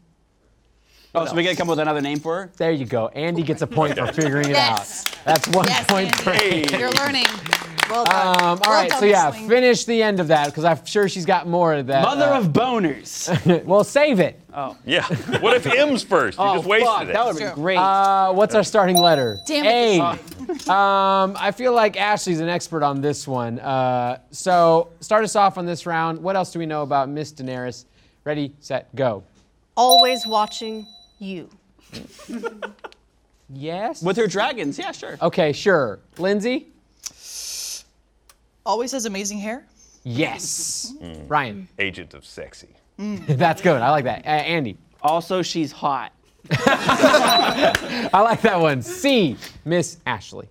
S2: Oh, so we gotta come up with another name for her?
S1: there you go. Andy gets a point for figuring it
S5: Yes.
S1: out. That's one
S5: Yes,
S1: point for
S5: Andy.
S1: Andy.
S5: You're learning. Well done.
S1: Um, all right, so yeah, finish the end of that because I'm sure she's got more of that.
S2: Mother
S1: uh,
S2: of boners.
S1: Well, save it.
S3: Yeah. What if M's first? You just wasted
S2: fuck,
S3: it.
S2: That would be
S5: True.
S2: great.
S1: Uh, what's our starting letter?
S5: Damn
S1: A.
S5: it.
S1: Um, I feel like Ashley's an expert on this one. Uh, so start us off on this round. What else do we know about Miss Daenerys? Ready, set, go.
S4: Always watching you.
S1: Yes.
S2: With her dragons, yeah, sure.
S1: okay, sure. Lindsay.
S5: Always has amazing hair.
S1: Yes. Ryan.
S3: Agent of sexy.
S1: That's good. I like that. Uh, Andy.
S2: Also, she's hot.
S1: I like that one. C. Miss Ashley.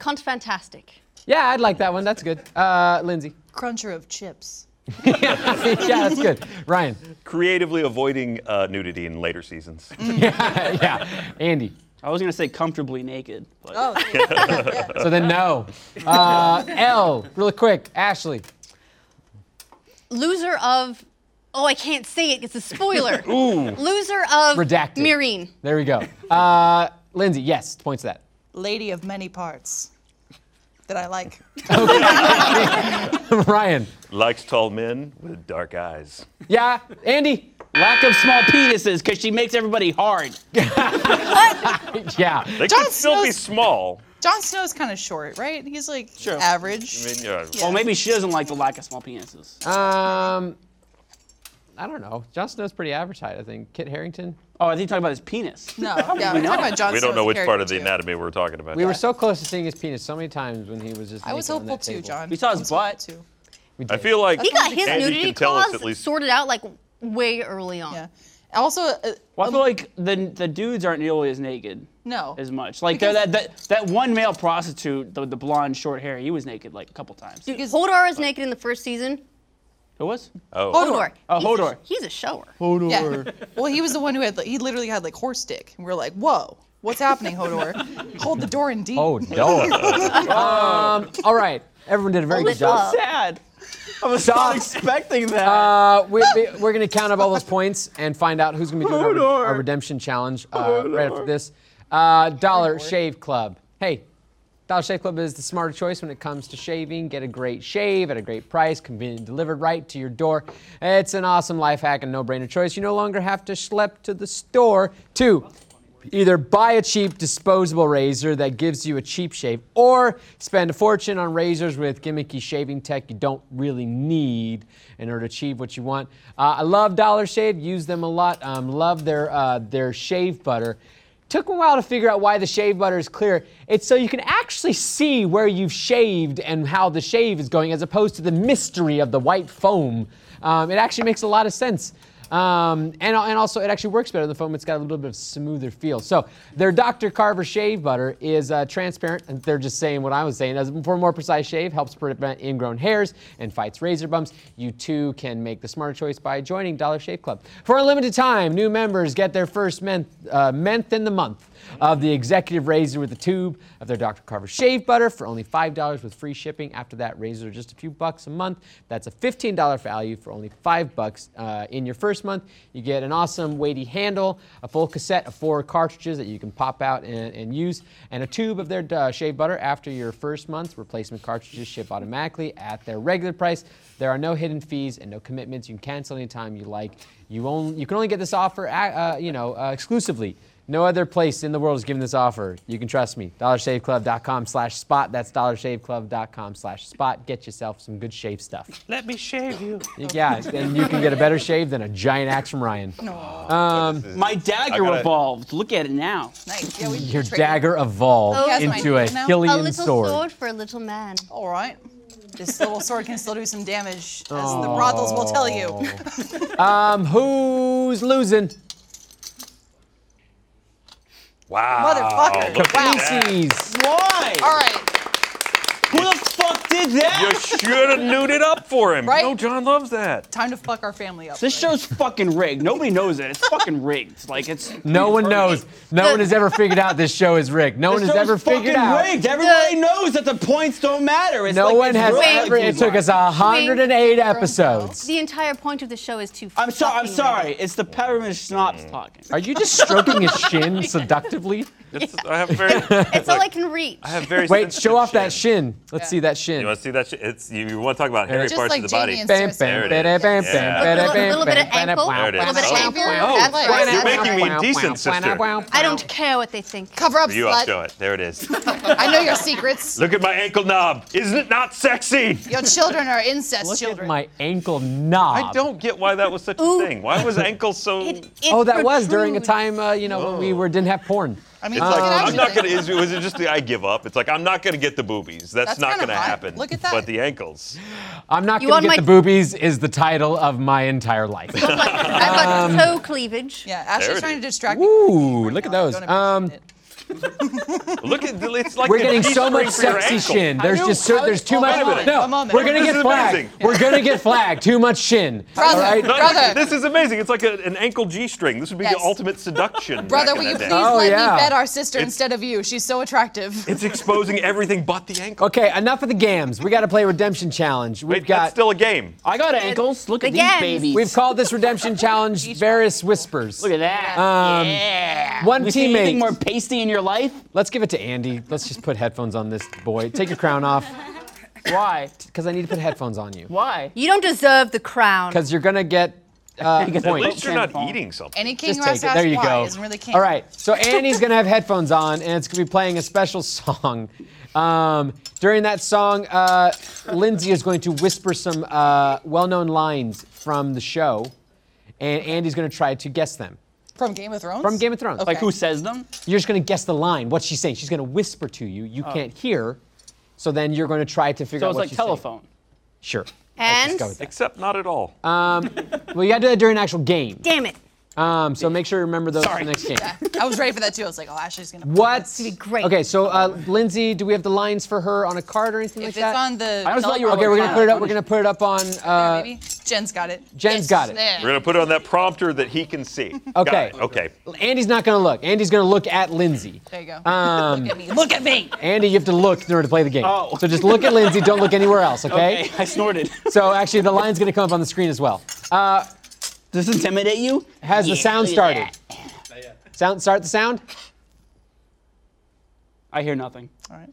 S4: Cunt fantastic.
S1: Yeah, I'd like that one. That's good. Uh, Lindsay.
S5: Cruncher of chips.
S1: yeah, that's good. Ryan.
S3: Creatively avoiding uh, nudity in later seasons.
S5: Mm.
S1: yeah. Andy.
S2: I was gonna say comfortably naked. But
S4: Uh,
S5: Oh,
S1: So then no. Uh, L. Really quick. Ashley.
S4: Loser of. Oh, I can't say it. It's a spoiler. Ooh. Loser of.
S1: Redacted.
S4: Mirene.
S1: There we go. Uh, Lindsay. Yes. Points to that.
S5: lady of many parts that I like.
S1: Ryan.
S3: Likes tall men with dark eyes.
S1: Yeah. Andy.
S2: lack of small penises, because she makes everybody hard.
S1: Yeah.
S3: They
S5: Jon
S3: could still be
S5: Snow's-
S3: small.
S5: Jon Snow's kind of short, right? He's like
S2: Sure.
S5: average.
S3: I mean, yeah.
S2: Well, maybe she doesn't like the lack of small penises.
S4: Uh,
S1: Um, I don't know. Jon Snow's pretty average height, I think. Kit Harrington.
S2: oh, I think you're talking about his penis.
S5: No, yeah, we're talking about Jon
S3: We don't
S5: Snow's
S3: know which part of the
S5: character, too.
S3: anatomy we're talking about.
S1: We were so close to seeing his penis so many times when he was just.
S5: I was
S1: naked on
S5: hopeful
S1: that
S5: too,
S1: table.
S5: John.
S2: We saw his
S5: I was hopeful
S2: butt.
S5: too.
S1: We
S3: I
S1: did.
S3: feel like
S4: He got his
S3: Andy
S4: nudity
S3: can tell us
S4: clause
S3: at least.
S4: sorted out like way early on.
S5: Yeah. Also, uh,
S2: Well, I feel like the the dudes aren't nearly as naked
S5: no.
S2: as much. Like they're that, that that one male prostitute, the, the blonde, short hair, he was naked like a couple times. Who
S5: Because-
S4: Hodor is naked in the first season.
S2: was?
S3: Oh,
S4: Hodor.
S2: Oh,
S1: Uh,
S4: He's a-
S2: Hodor.
S4: He's a shower.
S2: Oh,
S5: Yeah. Well, he was the one who had, like, he literally had like horse dick. And we are like, whoa, what's happening, Hodor? Hold the door indeed.
S1: Oh no. um, all right. Everyone did a very
S4: Oh,
S1: good
S4: it's
S1: job.
S2: Sad. I was
S1: Stop.
S2: not expecting that.
S1: Uh, we, we, we're gonna count up all those points and find out who's gonna be doing our,
S2: Hodor.
S1: our redemption challenge uh, right after this. Uh, Dollar Shave Club. Hey, Dollar Shave Club is the smarter choice when it comes to shaving. Get a great shave at a great price, convenient delivered right to your door. It's an awesome life hack and no-brainer choice. You no longer have to schlep to the store to either buy a cheap disposable razor that gives you a cheap shave or spend a fortune on razors with gimmicky shaving tech you don't really need in order to achieve what you want uh, i love dollar shave use them a lot um, love their, uh, their shave butter took me a while to figure out why the shave butter is clear it's so you can actually see where you've shaved and how the shave is going as opposed to the mystery of the white foam um, it actually makes a lot of sense um, and, and also, it actually works better than foam. It's got a little bit of smoother feel. So their Dr. Carver shave butter is uh, transparent. And they're just saying what I was saying. As for a more precise shave, helps prevent ingrown hairs and fights razor bumps. You too can make the smarter choice by joining Dollar Shave Club. For a limited time, new members get their first month, uh, month in the month of the executive razor with a tube of their Dr. Carver shave butter for only $5 with free shipping. After that, razors are just a few bucks a month. That's a $15 value for only 5 bucks uh, in your first month. You get an awesome weighty handle, a full cassette of four cartridges that you can pop out and, and use, and a tube of their uh, shave butter after your first month. Replacement cartridges ship automatically at their regular price. There are no hidden fees and no commitments. You can cancel anytime you like. You, only, you can only get this offer uh, uh, you know, uh, exclusively no other place in the world is giving this offer. You can trust me. DollarShaveClub.com slash spot. That's DollarShaveClub.com slash spot. Get yourself some good shave stuff.
S2: Let me shave you.
S1: You- Yeah, and you can get a better shave than a giant axe from Ryan.
S2: My dagger
S3: gotta-
S2: evolved. Look at it now.
S5: Nice. Yeah, we
S1: Your
S5: traded.
S1: dagger evolved
S4: He has
S5: my
S1: into a
S5: now.
S4: A
S1: Hylian
S4: little
S1: sword.
S4: sword for a little man.
S5: All right. This little sword can still do some damage, as
S1: Oh.
S5: the brothels will tell you.
S1: Um, who's losing?
S3: wow.
S5: Motherfucker.
S3: Look at that.
S1: Feces.
S2: Why?
S5: All right.
S2: Who the fuck did that?
S3: You should have nude it up for him.
S5: Right?
S3: No, John loves that.
S5: Time to fuck our family up.
S2: This
S5: right?
S2: show's fucking rigged. Nobody knows it. It's fucking rigged. Like it's.
S1: No one knows. No one has ever figured out this show is rigged. No one
S2: This
S1: has
S2: show's
S1: ever figured
S2: fucking
S1: out.
S2: rigged. Everybody knows that the points don't matter. It's
S1: No
S2: like
S1: one
S2: it's
S1: has
S2: rigged.
S1: ever. It took us 108 episodes.
S4: The entire point of the show is to.
S2: I'm sorry. I'm
S4: fucking
S2: sorry.
S4: win.
S2: It's the peppermint schnapps talking.
S1: Are you just stroking his shin seductively?
S3: It's, I have very,
S4: It's all I can reach.
S3: I have very.
S1: Wait,
S3: sensitive
S1: show off that
S3: shin.
S1: shin. Let's see that shin.
S3: You want to see that? Shit? It's you, you want to talk about hairy
S1: Just
S3: parts
S5: like
S3: of the body.
S5: Jamie and
S1: Bam,
S5: There
S1: bam,
S3: it
S1: bam, bam,
S3: is. Yeah.
S1: bam,
S4: Little-
S1: bam,
S4: little bit of
S1: bam, bam,
S4: ankle,
S1: bam.
S3: There it
S4: little bit
S3: is.
S4: of ankle,
S5: Oh,
S4: that's
S5: you're
S4: why it's-
S3: making me indecent, sister.
S4: I don't care what they think.
S5: Cover up,
S3: You
S5: slut.
S3: all show it. There it is.
S5: I know your secrets.
S3: Look at my ankle knob. Isn't it not sexy?
S5: Your children are incest
S1: Look at
S5: children.
S1: my ankle knob.
S3: I don't get why that was such a
S4: Ooh.
S3: thing. Why was ankle so?
S4: It,
S3: It's
S4: it
S1: Oh, that was during a
S4: protrudes.
S1: time, uh, you know, when we were didn't have porn.
S5: I mean,
S3: like
S5: look at
S3: I'm not gonna.
S5: actually-
S3: Is, was it just the I give up? It's like I'm not gonna get the boobies. That's,
S5: That's
S3: not
S5: kinda
S3: gonna
S5: hot.
S3: happen.
S5: Look at that.
S3: But the ankles.
S1: I'm not
S4: You
S1: gonna
S4: on
S1: get
S4: my-
S1: the boobies is the title of my entire life. Um,
S4: I've got toe cleavage.
S5: Yeah,
S3: There
S5: Ashley's
S3: it
S5: trying to
S3: is.
S5: distract me.
S1: Ooh, look at those. Um,
S3: Look at the, it's like
S1: We're
S3: the
S1: getting so
S3: G-string
S1: much
S3: for your
S1: sexy
S3: ankle.
S1: shin. There's
S5: knew-
S1: just so,
S5: I
S1: there's
S5: was-
S1: too
S5: a
S1: much.
S5: moment,
S1: No,
S5: a moment.
S1: we're gonna
S3: This
S1: get
S3: is
S1: flagged.
S3: amazing.
S1: We're gonna get flagged. Too much shin.
S3: No,
S5: Brother, brother,
S3: This is amazing. It's like a- an ankle G-string. This would be the
S5: Yes.
S3: ultimate seduction. back
S5: brother,
S3: in
S5: will
S3: the
S5: you
S3: day.
S5: please
S1: Oh,
S5: let
S1: yeah.
S5: me bed our sister
S3: It's-
S5: instead of you? She's so attractive.
S3: It's exposing everything but the ankle.
S1: Okay, enough of the gams. We got to play redemption challenge. We've
S3: Wait, that's
S1: got
S3: still a game.
S2: I got ankles. Look at
S4: The gams.
S2: these babies.
S1: we've called this redemption challenge various whispers.
S2: Look at that.
S1: Um,
S2: yeah.
S1: one
S2: you see anything
S1: teammate.
S2: more pasty in your life?
S1: Let's give it to Andy. Let's just put headphones on this boy. Take your crown off
S2: Why?
S1: because I need to put headphones on you
S2: Why?
S4: You don't deserve the crown.
S1: because you're gonna get uh,
S3: At
S1: points.
S3: least you're not
S2: Sandfall.
S3: eating something.
S5: Any king
S1: Just
S5: Ross
S1: take it.
S5: asked
S1: There you
S5: why
S1: go.
S5: isn't really king.
S1: All right. So Annie's gonna have headphones on, and it's gonna be playing a special song. Um, during that song, uh, Lindsay is going to whisper some uh, well-known lines from the show, and Andy's gonna try to guess them
S5: From Game of Thrones.
S1: from Game of Thrones.
S5: Okay.
S2: Like who says them?
S1: You're just gonna guess the line, what she's saying. She's gonna whisper to you. You can't hear, so then you're gonna try to figure out
S2: Oh. So it's
S1: what
S2: like
S1: she's saying.
S2: telephone.
S1: Sure. Let's
S4: And-
S1: just go with that.
S3: Except not at all.
S1: Uh, Well, you gotta do that during an actual game.
S4: Damn it.
S1: Um, so make sure you remember those for
S2: Sorry.
S1: the next game.
S5: I was ready for that too. I was like, oh, Ashley's gonna. pull
S1: What?
S5: this.
S4: gonna be great.
S1: Okay, so uh, Lindsay, do we have the lines for her on a card or anything like
S5: If it's
S1: that?
S5: on the.
S2: I just thought you were
S1: okay, we're gonna
S2: Yeah,
S1: put it up. We're gonna put it up on. Uh,
S5: Maybe. Jen's got it.
S1: Jen's got it.
S5: Yeah.
S3: We're gonna put it on that prompter that he can see. Got
S1: Okay. Uh,
S3: it. Okay.
S1: Andy's not gonna look. Andy's gonna look at Lindsay. Um,
S5: There you go. look at me. Look at me.
S1: Andy, you have to look in order to play the game.
S2: Oh.
S1: So just look at Lindsay. Don't look anywhere else. Okay.
S2: Okay, I snorted.
S1: So actually, the line's gonna come up on the screen as well. Uh,
S2: Does this intimidate you?
S1: has the
S2: Yeah,
S1: sound
S2: look at
S1: started? Sound start the sound.
S2: I hear nothing.
S5: All right.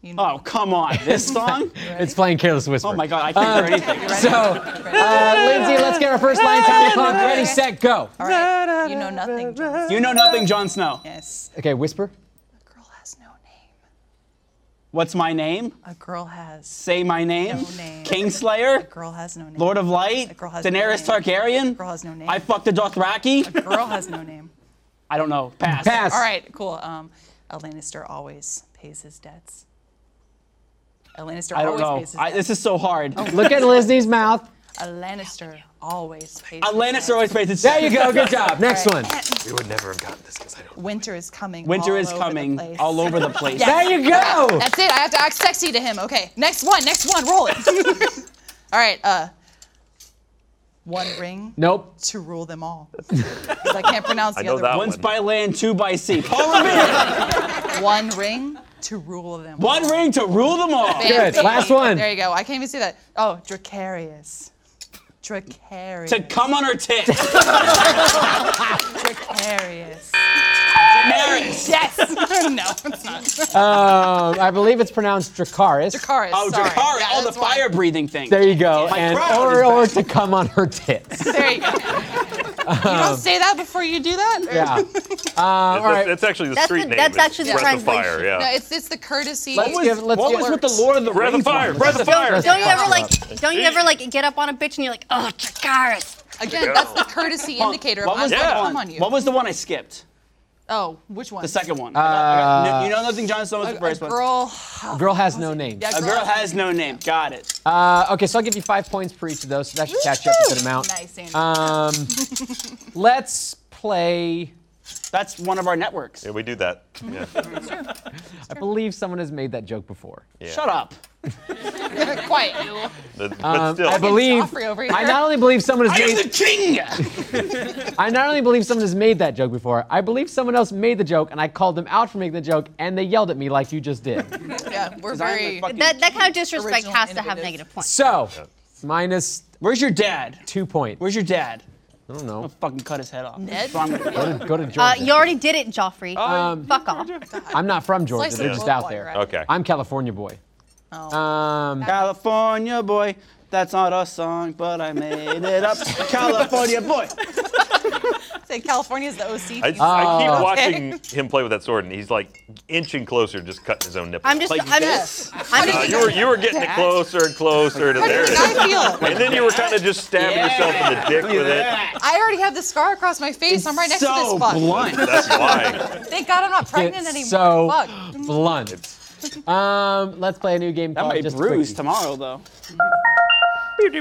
S5: You know.
S2: Oh, come on. This song?
S1: It's playing Careless Whisper.
S2: Oh my god, I can't hear anything.
S1: So, uh, Lindsay, let's get our first line time clock. Ready, set, go.
S5: All right. You know nothing. Jon
S2: You know nothing, Jon Snow.
S5: Yes.
S1: Okay, whisper.
S5: A girl has no name.
S2: What's my name?
S5: A girl has.
S2: Say my name.
S5: No name.
S2: Kingslayer.
S5: A girl has no name.
S2: Lord of
S5: A
S2: Light.
S5: girl has no
S2: Daenerys
S5: name.
S2: Targaryen.
S5: Girl has no name.
S2: I fucked a Dothraki.
S5: Girl has no name.
S2: I don't know. Pass.
S1: Pass.
S5: All right. Cool. Um, a Lannister always pays his debts. A Lannister
S2: I don't
S5: always Oh.
S2: know.
S5: pays his
S2: I,
S5: debts.
S2: this is so hard.
S1: Look at Lindsay's mouth.
S5: A Lannister always pays.
S2: A
S5: his debts.
S2: Lannister always pays his
S1: There you go. Good job. Next
S5: All
S1: one.
S5: right.
S3: We would never have gotten this because I don't.
S5: Winter is coming.
S2: Winter
S5: all
S2: is
S5: over the
S2: coming
S5: place.
S2: all over the place.
S1: There you go.
S5: That's it. I have to act sexy to him. Okay. Next one. Next one. Roll it. all right. Uh, one ring
S1: Nope.
S5: to rule them all. 'Cause I can't pronounce the
S3: know
S5: other
S3: that
S5: one.
S2: Once
S3: one.
S2: by land, two by sea. Paul Revere.
S5: One ring to rule them. all.
S2: One ring to rule them all.
S5: Bam,
S1: Good.
S5: bam,
S1: Last
S5: bam.
S1: one.
S5: There you go. I can't even see that. Oh, Dracarius. Dracarius.
S2: To come on her tits.
S5: Dracarius.
S2: Daenerys.
S5: Yes. no, it's not.
S1: Um, I believe it's pronounced Dracaris.
S5: Dracaris.
S2: Oh,
S5: sorry.
S2: Drakkar,
S5: Yeah,
S2: all the
S5: that's why.
S2: fire breathing thing.
S1: There you go.
S2: My
S1: and
S2: crown
S1: or,
S2: is
S1: or
S2: back.
S1: to come on her tits.
S5: There you go. you
S2: Um,
S5: don't say that before you do that?
S1: Yeah.
S3: that's,
S1: right.
S3: that's actually the
S4: That's
S3: street
S4: the-
S3: name.
S4: that's
S3: is
S4: actually the
S3: Breath of Fire.
S4: translation.
S3: Yeah.
S5: No, it's it's the courtesy.
S1: Let's give- let's
S2: what
S1: give-
S2: was with the Lord of the
S3: Breath of
S2: Rings?
S3: Fire.
S2: one?
S3: Breath of Fire.
S1: Let's-
S4: Don't you ever
S1: Fuck
S4: like?
S1: up.
S4: Don't you ever like get up on a bitch and you're like, oh, Dracaris.
S5: Again, that's the courtesy indicator of
S2: What
S5: I'm
S2: was,
S5: gonna
S2: the
S3: Yeah.
S5: come
S2: one?
S5: on you.
S2: what was the one I skipped?
S5: oh, which one?
S2: The second
S1: Uh,
S2: one. I got- I got- you know nothing, John Snow was
S5: A,
S2: the
S5: a
S2: first one.
S5: girl. oh,
S1: Girl has no name.
S5: Yeah,
S2: A girl has no name. Got it.
S1: Uh, okay, so I'll give you five points for each of those, so that should catch you up a good amount.
S5: Nice, Andy.
S1: Um, let's play.
S2: That's one of our networks.
S3: Yeah, we do that. Yeah.
S1: I believe someone has made that joke before.
S3: Yeah.
S2: Shut up.
S5: Quiet, you.
S3: But, but still.
S1: Um, I believe.
S5: Joffrey over
S1: I
S5: here.
S1: not only believe someone has
S2: I am the
S1: made.
S2: king.
S1: I not only believe someone has made that joke before. I believe someone else made the joke, and I called them out for making the joke, and they yelled at me like you just did.
S5: Yeah, we're
S2: I'm the
S5: very.
S2: fucking-
S4: That that kind of disrespect
S5: Original
S4: has to have
S5: innovative.
S4: negative points.
S1: So, minus
S2: Where's your dad?
S1: two points.
S2: Where's your dad?
S1: I don't know.
S2: Fucking cut his head off.
S5: Ned?
S2: So I'm gonna-
S1: Go to, go to Georgia.
S4: Uh, you already did it, Joffrey.
S1: Um,
S4: Fuck off.
S1: I'm not from Georgia.
S5: Slice
S1: They're
S5: of
S1: just
S5: both
S1: out
S5: water,
S1: there.
S5: right?
S3: okay.
S1: I'm California boy.
S5: Oh.
S1: Um,
S2: California boy, that's not a song, but I made it up. California boy.
S5: Say California's the OC.
S3: I,
S5: piece.
S3: I keep
S1: Oh.
S3: watching him play with that sword, and he's like inching closer, just cutting his own nipple.
S4: I'm just.
S2: Like
S4: I'm
S2: this?
S4: just. I'm
S3: Uh,
S4: just.
S3: you were you were getting it closer and closer to there. it is.
S5: I feel.
S3: And then you were kind of just stabbing yourself in the dick with it.
S5: I already have the scar across my face. I'm right next to this
S2: so
S5: fuck.
S2: blunt.
S3: That's why.
S5: Thank God I'm not pregnant
S1: it's
S5: anymore.
S1: so
S5: Fuck.
S1: blunt. Um, let's play a new game
S2: That
S1: called
S2: might
S1: Just
S2: bruise
S1: Quickie.
S2: tomorrow though.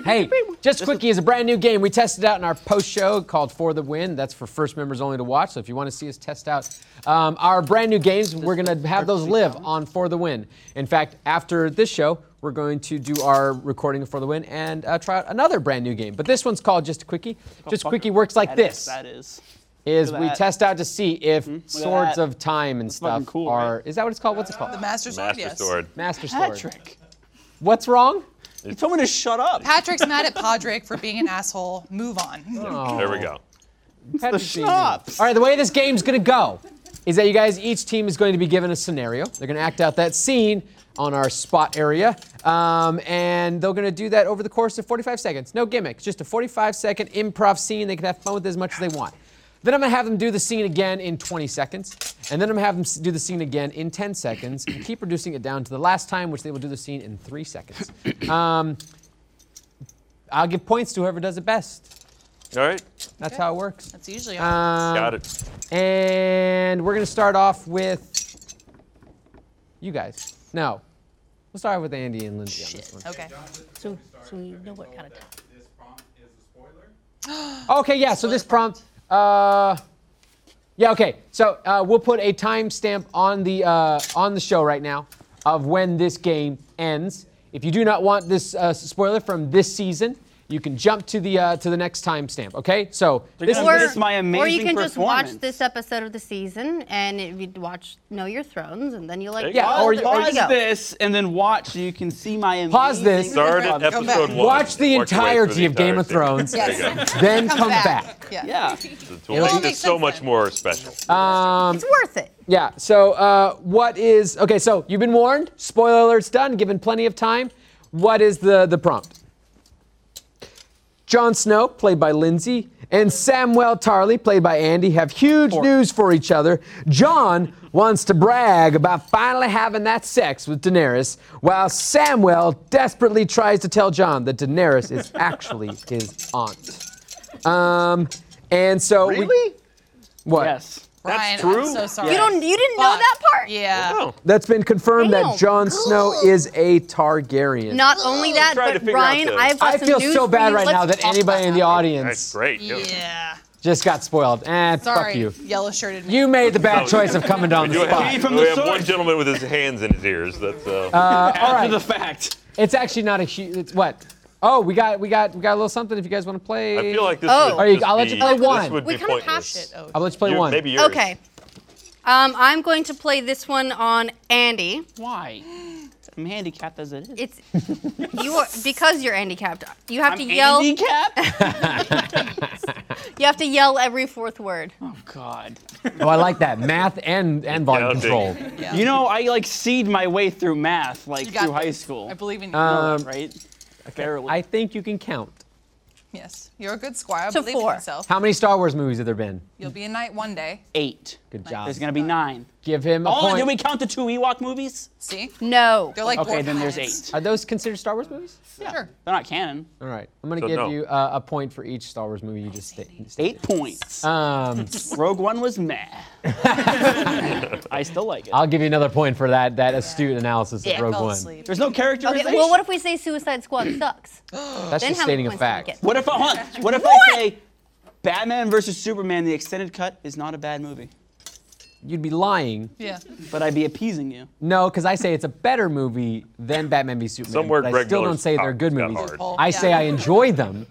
S1: Hey, Just Quickie is a brand new game we tested out in our post show called For the Win. That's for first members only to watch. So if you want to see us test out um, our brand new games, we're going to have those live on For the Win. In fact, after this show, we're going to do our recording of For the Win and uh, try out another brand new game. But this one's called Just a Quickie. Just a Quickie works like
S2: That is-
S1: this
S2: That is.
S1: is
S2: Look at
S1: we
S2: that. Hmm?
S1: test out to see if swords
S2: that.
S1: of time and
S6: fucking
S1: stuff
S6: cool,
S1: are.
S6: right?
S1: Is that what it's called? What's it called?
S5: The Master Sword,
S3: Master
S5: yes.
S3: Sword.
S1: Master sword.
S2: Patrick.
S1: What's wrong?
S2: You told me to shut up.
S5: Patrick's mad at Podrick for being an asshole. Move on.
S3: There
S1: Oh.
S3: we go.
S1: Patrick being mean.
S2: schnapps.
S1: All right, the way this game's gonna go is that you guys, each team is going to be given a scenario. They're gonna act out that scene on our spot area, um, and they're gonna do that over the course of 45 seconds. No gimmicks, just a 45 second improv scene. They can have fun with it as much as they want. Then I'm gonna have them do the scene again in 20 seconds, and then I'm gonna have them s- do the scene again in 10 seconds, and keep reducing it down to the last time, which they will do the scene in three seconds. Um, I'll give points to whoever does it best.
S3: All right.
S1: That's how it works.
S5: That's usually
S2: Uh,
S5: all.
S1: Um,
S3: Got it.
S1: And we're gonna start off with you guys. No, we'll start with Andy and Lindsay on this one.
S5: Okay.
S4: So, so you know what kind of time.
S7: This prompt is a spoiler.
S1: Okay, yeah. So this prompt. Uh, yeah. Okay. So uh, we'll put a timestamp on the uh, on the show right now of when this game ends. If you do not want this uh, spoiler from this season, you can jump to the uh, to the next timestamp. Okay. So this
S2: gonna
S1: is-
S2: Or- miss my
S4: or you
S2: amazing
S4: can just watch
S2: performance.
S4: this episode of the season and it, you'd watch Know Your Thrones and then you like
S3: you Yeah,
S4: pause
S1: or
S4: it,
S1: you-
S4: there
S1: or
S2: Pause
S4: you go.
S2: this and then watch so you can see my amazing.
S1: Pause this.
S3: Start at
S5: Go back.
S3: episode one.
S1: Watch the
S3: Work your way through
S1: entirety
S3: the
S1: of Game of
S3: entire thing.
S1: Thrones,
S3: There you go.
S1: then come back.
S5: Yeah.
S2: Yeah.
S3: To make
S5: all
S3: this
S5: makes
S3: so
S5: sense
S3: much
S5: then.
S3: more special.
S1: Um,
S4: It's worth it.
S1: Yeah. So, uh, what is okay? So you've been warned. Spoiler alert's done. Given plenty of time. What is the the prompt? Jon Snow, played by Lindsay, and Samuel Tarly, played by Andy, have huge news for each other. Jon wants to brag about finally having that sex with Daenerys, while Samuel desperately tries to tell Jon that Daenerys is actually his aunt. Um, and so we,
S2: Really?
S1: what?
S2: Yes.
S5: Brian,
S3: true?
S5: I'm so sorry.
S4: You don't. You didn't know
S5: Fuck.
S4: that part.
S5: Yeah.
S3: Oh,
S1: That's been confirmed that
S4: Damn.
S1: Jon Snow is a Targaryen.
S4: Not only that,
S3: Trying to
S4: but
S3: figure out
S4: Ryan,
S3: the-
S4: I've got
S1: I
S4: some
S1: feel
S4: news
S1: so
S4: for
S1: bad
S4: you.
S1: right now
S4: Let's
S1: that
S4: talk
S1: anybody
S4: about
S1: in the
S4: that.
S1: audience
S3: that's great. Yeah.
S5: Yeah.
S1: just got spoiled. Eh,
S5: Sorry.
S1: fuck you.
S5: Yellow shirted man.
S1: You made the bad choice of coming down
S3: We
S1: the
S3: do
S1: spot.
S3: have,
S2: Came from
S3: we
S2: the
S3: have
S2: source.
S3: one gentleman with his hands in his ears. That's uh,
S1: all
S2: After the
S1: right.
S2: fact.
S1: It's actually not a huge. It's what? Oh, we got we got we got a little something. If you guys want to play,
S3: I feel like this.
S4: Oh.
S3: Would
S4: Are
S1: you-
S3: just
S1: I'll let you
S3: be-
S1: play
S3: this
S1: one.
S3: would
S4: We
S3: be
S4: kind of have
S3: pointless.
S4: shit.
S5: Oh,
S1: I'll let you play
S3: You-
S1: one.
S3: Maybe yours.
S4: Okay. Um, I'm going to play this one on Andy.
S2: Why? I'm handicapped as it is.
S4: It's you are because you're handicapped. You have
S2: I'm
S4: to yell.
S2: handicapped? Oh,
S4: You have to yell every fourth word.
S2: oh God.
S1: Oh, I like that math and and volume
S3: Gouging.
S1: control.
S5: yeah.
S2: You know, I like seed my way through math, like
S5: You got
S2: through high
S5: this.
S2: school.
S5: I believe in you.
S1: Um,
S2: right? Barely.
S1: I think you can count.
S5: yes. You're a good squire. I
S4: So
S5: believe in
S4: four.
S5: yourself.
S1: How many Star Wars movies have there been?
S5: You'll be a knight one day.
S2: Eight.
S1: Good job.
S2: There's gonna be nine.
S1: Give him a
S2: Oh,
S1: point.
S2: did we count the two Ewok movies?
S5: See?
S4: No.
S5: They're like
S2: Okay,
S5: dwarf
S2: then there's
S5: planets.
S2: eight.
S1: Are those considered Star Wars movies?
S5: Sure.
S2: They're not canon.
S1: All right, I'm gonna
S3: So
S1: give
S3: no.
S1: you uh, a point for each Star Wars movie you just stated.
S2: Eight points.
S1: Um,
S2: Rogue One was meh. I still like it.
S1: I'll give you another point for that that astute analysis of Rogue
S5: Fell
S1: One.
S5: asleep.
S2: There's no
S4: Okay.
S2: characterization.
S4: Well, what if we say Suicide Squad sucks?
S1: That's
S4: Then
S1: just
S4: how many
S1: stating a
S4: points do we
S1: fact.
S4: get?
S2: What if I hold on, What if I say Batman versus Superman: The Extended Cut is not a bad movie,
S1: You'd be lying.
S5: Yeah.
S2: but I'd be appeasing you.
S1: No, because I say it's a better movie than Batman v Superman.
S3: Somewhere
S1: but I
S3: Greg
S1: still don't
S3: Miller's
S1: say they're
S3: cock
S1: good
S3: got
S1: movies.
S3: hard.
S5: Paul.
S1: I say
S5: Yeah.
S1: I enjoy them,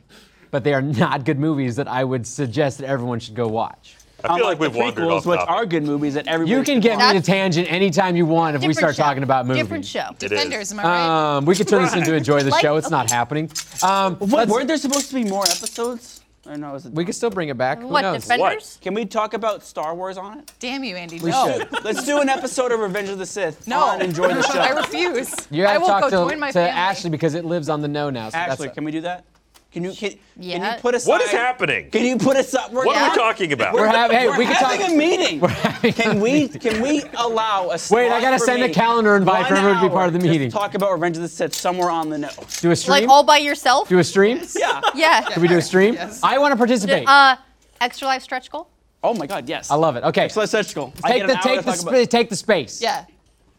S1: but they are not good movies that I would suggest that everyone should go watch.
S3: I feel
S2: Unlike
S3: like we've
S2: the
S3: wandered
S2: prequels,
S3: off
S2: which
S3: topic.
S2: are good movies that everybody.
S1: You can
S2: should
S1: get
S2: watch.
S1: me to tangent anytime you want if we
S4: Different
S1: start
S4: show.
S1: talking about movies.
S4: Different show.
S3: It is.
S5: Defenders, am I right?
S1: Um, we could turn this into enjoy the
S4: Like-
S1: show. It's not happening. Um,
S2: What,
S1: let's-
S2: weren't there supposed to be more episodes? Or no, is it?
S1: we could still bring it back. Who
S4: What
S1: knows?
S4: defenders?
S2: Can we talk about Star Wars on it?
S5: Damn you, Andy.
S1: We
S5: No.
S1: should.
S2: Let's do an episode of Revenge of the Sith.
S5: No.
S2: on enjoy the
S5: I
S2: show.
S5: refuse.
S1: You
S5: I
S1: have to
S5: will
S1: talk
S5: go
S1: to,
S5: join my
S1: to
S5: family.
S1: Ashley because it lives on the no now. So
S2: Ashley,
S1: that's
S2: can we do that? Can you can, can
S4: Yeah.
S2: you put us?
S3: What is happening?
S2: Can you put us up?
S3: What are we talking about?
S1: We're having. Hey,
S2: We're
S1: we can talk.
S2: having a meeting. Can we can we allow a
S1: Wait, I gotta send a calendar invite for everyone to be part of the meeting.
S2: Just talk about Revenge of the Sith somewhere on the no.
S1: Do a stream.
S4: Like all by yourself?
S1: do a stream.
S2: Yeah.
S4: yeah.
S1: Can we do a stream?
S5: Yes.
S1: I want to participate.
S4: Uh, extra life stretch goal.
S2: Oh my God, yes.
S1: I love it. Okay.
S2: Celestial.
S1: Take the take the sp- take the space.
S5: Yeah.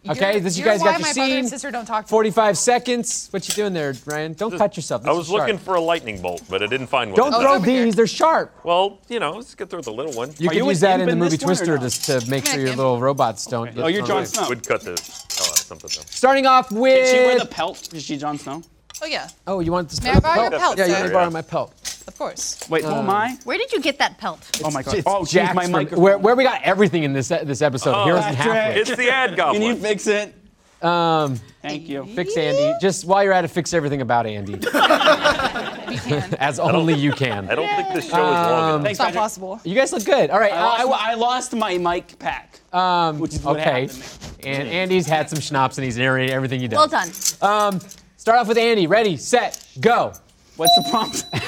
S1: Okay,
S5: You're-
S1: this you
S5: you're
S1: guys
S5: why
S1: got your
S5: my
S1: scene.
S5: brother and sister don't talk to me.
S1: 45 seconds. What you doing there, Ryan? Don't cut yourself.
S3: I
S1: This
S3: was
S1: is sharp.
S3: looking for a lightning bolt, but I didn't find one.
S1: Don't
S5: Oh,
S1: throw
S5: over here.
S1: these. They're sharp.
S3: Well, you know, let's get through the little one.
S1: You
S2: Are
S1: could
S2: you
S1: use
S2: an
S1: that in
S2: imp
S1: the
S2: in
S1: movie
S2: this one or
S1: Twister
S2: no?
S1: just to make
S5: Yeah,
S1: sure your
S5: imp.
S1: little robots don't. get
S8: Oh, you're
S1: thrown
S8: Jon
S1: away.
S8: Snow.
S3: Would cut the hell out of something though.
S1: Starting off
S2: Did she wear
S1: with.
S2: the pelt? Is she Jon Snow?
S5: Oh yeah,
S1: oh, you want this?
S5: May I borrow your pelt,
S1: Yeah, you
S5: sir?
S1: can borrow my pelt.
S5: of course.
S2: Wait, who am I?
S4: Where did you get that pelt?
S2: Oh my god.
S1: It's
S2: oh, jeez,
S1: Uh, Jack's
S2: my
S1: from-
S2: microphone.
S1: Where, where we got everything in this this episode.
S3: Oh,
S1: Heroes and
S2: Patrick.
S1: halfway.
S3: It's the ad
S2: Can you
S3: goblin.
S2: fix it?
S1: Um,
S2: Thank you.
S1: fix Andy. Just while you're at it, fix everything about Andy,
S5: We can.
S1: as only you can.
S3: I don't think this show is long enough.
S2: Thanks,
S5: It's not
S2: Patrick.
S5: possible.
S1: You guys look good. All right.
S2: I
S1: uh, I-
S2: lost, my, I lost my mic pack.
S1: Um,
S2: Which is what
S1: okay.
S2: happened
S1: and Andy's had some schnapps and he's narrating everything he does. Um,
S4: Well done.
S1: Start off with Andy. Ready, set, go.
S2: What's the prompt? okay,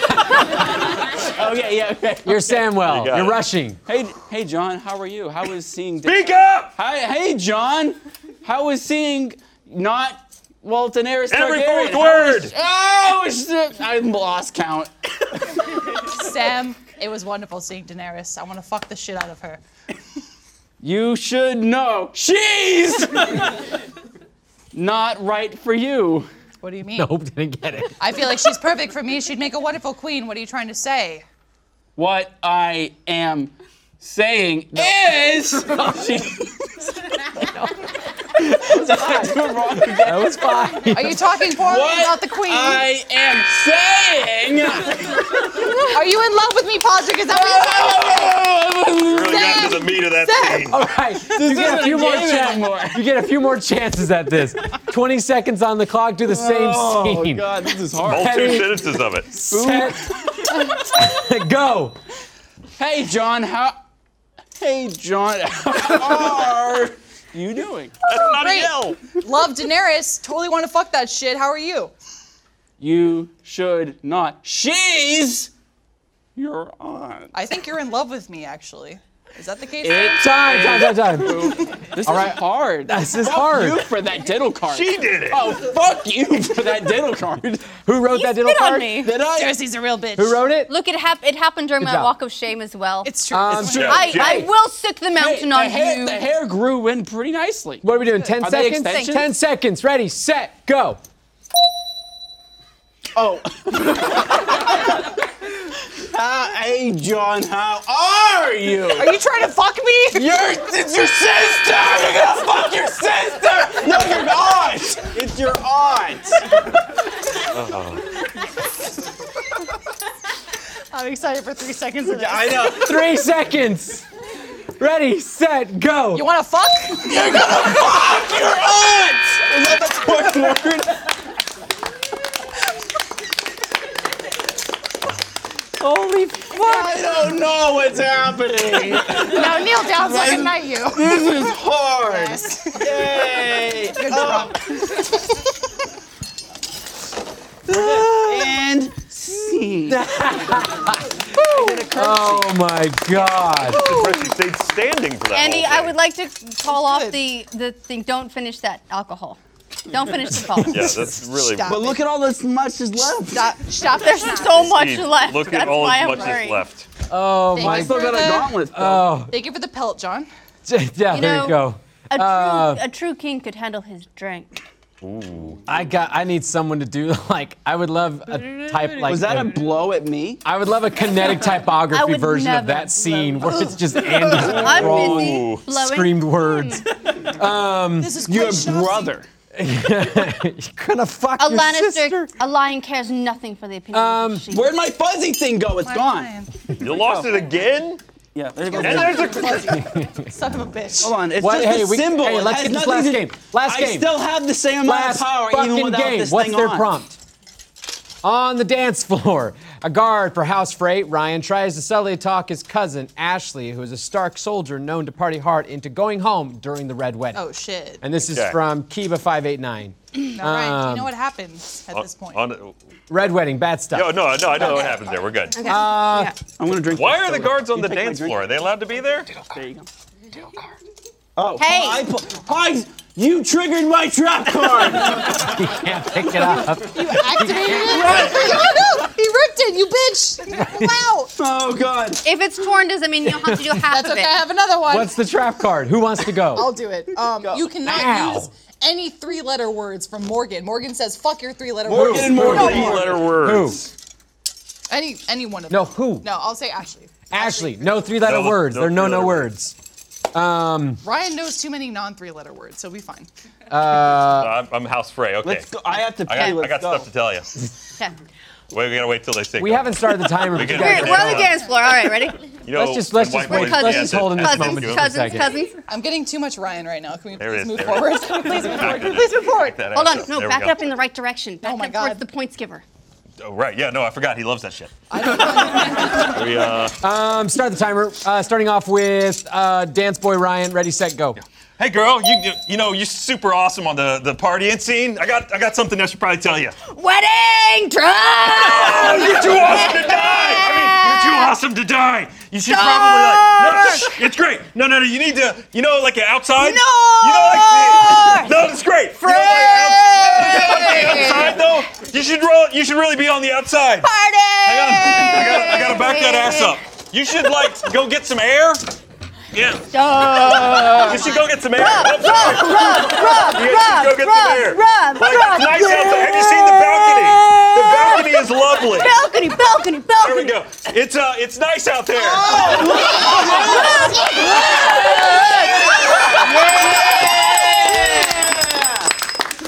S2: yeah, okay.
S1: You're Samwell.
S3: You
S1: You
S3: got
S1: are
S3: it.
S1: rushing.
S2: Hey, hey, John, how are you? How was seeing?
S3: Speak up!
S2: Hi, hey, John, how was seeing? Not Walton Harris.
S3: Every
S2: Targaryen?
S3: fourth word!
S2: Oh, shit. I lost count.
S5: Sam, it was wonderful seeing Daenerys. I want to fuck the shit out of her.
S2: You should know. She's not right for you.
S5: What do you mean?
S1: Nope, didn't get it.
S5: I feel like she's perfect for me. She'd make a wonderful queen. What are you trying to say?
S2: What I am saying Oh, is. She-
S1: That was fine.
S5: Are you talking poorly about the queen?
S2: I am saying.
S5: Are you in love with me, Patrick? Is that what you're saying?
S2: oh!
S3: Really got into the meat of that scene.
S1: All right. You get a
S2: isn't
S1: few
S2: a
S1: more
S2: game anymore.
S1: chances. You get a few more chances at this. 20 seconds on the clock. Do the same scene.
S2: Oh, God, this is hard.
S3: All two
S1: Petty.
S3: sentences of it.
S1: Set, go.
S2: Hey, John, how? Hey, John, how are you doing?
S3: That's not a
S5: Great.
S3: yell.
S5: Love Daenerys. Totally want to fuck that shit. How are you?
S2: You should not. She's your aunt.
S5: I think you're in love with me, actually. Is that the case?
S1: Time, time, time, time.
S2: This is hard.
S1: This is
S2: You
S1: hard.
S2: for that diddle card.
S3: She did it.
S2: Oh, fuck you for that diddle card.
S1: Who wrote that diddle card?
S2: Did I?
S5: Cersei's a real bitch.
S1: Who wrote it?
S4: Look, it, hap- it happened during
S1: Good
S4: my
S1: job.
S4: walk of shame as well.
S5: It's true.
S1: Um,
S5: It's
S3: Yeah,
S5: true.
S4: I,
S3: yeah.
S4: I will sook the mountain
S2: the,
S4: on
S2: hair,
S4: you.
S2: the hair grew in pretty nicely.
S1: What are we doing? 10
S2: Are they
S1: seconds?
S2: extensions?
S1: 10 seconds. Ready, set, go.
S2: Oh. Uh, hey, John, how are you?
S5: Are you trying to fuck me?
S2: You're, it's your sister! You're gonna fuck your sister! No, you're not! It's your aunt!
S5: I'm excited for three seconds of this.
S2: I know.
S1: Three seconds. Ready, set, go.
S5: You want to fuck?
S2: Fuck your aunt! Is that the correct word?
S1: Holy fuck.
S2: I don't know what's happening.
S5: No, kneel down so I can knight you.
S2: This is hard. Yay! Oh. and scene.
S1: Oh my god.
S3: Impressed you stayed standing for that.
S4: Andy,
S3: whole
S4: I
S3: thing.
S4: would like to call off the, the thing. Don't finish that alcohol. Don't finish the call.
S3: Yeah, that's really.
S5: Stop.
S2: But look at all this much is left.
S5: Stop. Stop.
S4: There's so much
S3: Steve,
S4: left.
S3: Look
S4: That's
S3: at all
S4: why
S3: as
S4: I'm
S3: much
S4: worried.
S3: is left.
S1: Oh
S5: Thank
S1: my
S5: you.
S2: Still got a gauntlet. though.
S1: Oh.
S5: Thank you for the pelt, John.
S1: Yeah, there you
S4: know-
S1: go.
S4: A true,
S1: Uh,
S4: a true king could handle his drink.
S1: I got I need someone to do like I would love a type like
S2: Was that a blow at me?
S1: I would love a kinetic
S4: I
S1: typography
S4: would
S1: version of
S4: never
S1: that scene
S4: blow-
S1: where it's just Andy's
S4: I'm
S1: wrong
S4: busy blowing.
S1: screamed words.
S5: This is
S2: Your
S5: quite schnapsy.
S2: brother.
S1: You're gonna fuck
S4: A
S1: your
S4: Lannister,
S1: sister.
S4: a lion cares nothing for the opinion of
S1: Um,
S4: his sheep.
S2: Where'd my fuzzy thing go? It's
S5: My
S2: gone.
S5: mind.
S3: You lost it again?
S2: Yeah, there it goes.
S3: And there's a.
S5: Son of a bitch.
S2: Hold on, it's
S1: What-
S2: just
S1: hey,
S2: a
S1: we-
S2: symbol.
S1: hey,
S2: It
S1: let's
S2: has
S1: get this
S2: nothing
S1: last
S2: to-
S1: game. Last
S2: I
S1: game.
S2: still have the same amount
S1: last
S2: of power
S1: fucking
S2: even without
S1: game.
S2: this
S1: What's
S2: thing
S1: their
S2: on.
S1: prompt? On the dance floor, a guard for House Freight, Ryan tries to subtly talk his cousin Ashley, who is a Stark soldier known to party hard, into going home during the Red Wedding.
S5: Oh shit.
S1: And this is
S3: Okay.
S1: from Kiba589.
S5: Now, Ryan, do you know what happens at this point?
S3: uh, On, on,
S1: Red Wedding, bad stuff.
S3: no, no, no, I know what happens there. We're good.
S4: Yeah.
S2: I'm gonna drink.
S3: Why
S2: this
S3: are the
S2: soda.
S3: guards on
S2: You
S3: the
S2: take my
S3: dance
S2: drink.
S3: floor? Are they allowed to be there?
S2: There you go. Oh,
S4: Hey.
S2: I, pu- I, you triggered my trap card.
S1: Can't pick it up.
S5: You activated it? he ripped it, you bitch! Wow!
S2: Oh god.
S4: If it's torn, doesn't mean you'll have to do half
S5: That's
S4: of
S5: okay.
S4: it.
S5: I have another one.
S1: What's the trap card? Who wants to
S5: I'll
S1: go?
S5: do it. Um, you cannot
S1: Now.
S5: use any three-letter words from Morgan. Morgan says, "Fuck your three-letter
S1: Morgan,
S5: words."
S1: Who? Morgan.
S5: No more.
S3: letter
S1: Who?
S3: words.
S5: Any any one of
S1: No,
S5: them.
S1: who?
S5: No, I'll say Ashley.
S1: Ashley, no three-letter
S3: No,
S1: words.
S3: no
S1: there are no no
S3: three-letter
S1: words.
S5: Ryan knows too many non-three-letter words, so we fine.
S4: Uh,
S3: Uh, I'm, I'm House Frey. Okay.
S2: Let's go. I have to pee.
S3: I got, I
S2: Let's
S3: got
S2: go.
S3: stuff to tell you.
S4: Okay.
S3: Wait, we gotta wait till they say.
S1: We
S3: go.
S1: haven't started the timer. but you
S3: can-
S1: guys
S4: We're,
S1: are
S4: we're on
S1: going.
S4: the dance floor. All right, ready?
S3: You know,
S1: Let's just-
S3: when
S1: let's just
S3: white
S1: wait- let's
S3: boys dance,
S1: just
S3: it-
S1: hold in
S3: it
S1: this
S3: smells
S1: moment
S4: Cousins,
S3: good.
S1: for a
S4: cousins,
S1: second.
S4: cousins.
S5: I'm getting too much Ryan right now. Can we
S3: There it
S5: please
S3: is,
S5: move
S3: there it
S5: forward?
S3: is.
S5: please
S3: Back
S5: move forward.
S3: to it.
S5: Please move
S3: Back
S5: forward.
S3: that
S4: Hold
S3: ass
S4: on.
S3: up.
S4: No,
S3: There we
S4: back it
S3: go.
S4: up in the right direction. Back
S5: Oh my
S4: up towards
S5: God.
S4: the points giver.
S3: Oh, right. Yeah. No, I forgot. He loves that shit. we, uh,
S1: Um, start the timer. Uh, starting off with uh, Dance Boy Ryan. Ready, set, go.
S3: hey, girl. You you- you know you're super awesome on the the partying scene. I got I got something I should probably tell you.
S4: Wedding dress!
S3: Oh, you're too awesome to die. I mean, you're too awesome to die. You should probably like. No, shh, it's great. No, no, no. You need to. You know, like outside. No. You know, like. No, it's great. You know, like, outs- outside though, you should roll. You should really be on the outside.
S4: Party!
S3: I gotta, I gotta, I gotta back that ass up. You should like go get some air. Yeah. You should go get some air. Rub, rub, rub, you should go get some air.
S4: rub,
S3: like,
S4: rub.
S3: it's nice outside. Have you seen the balcony? The balcony is lovely.
S4: Balcony, balcony,
S3: There we
S4: balcony.
S3: go. It's uh, it's nice out there.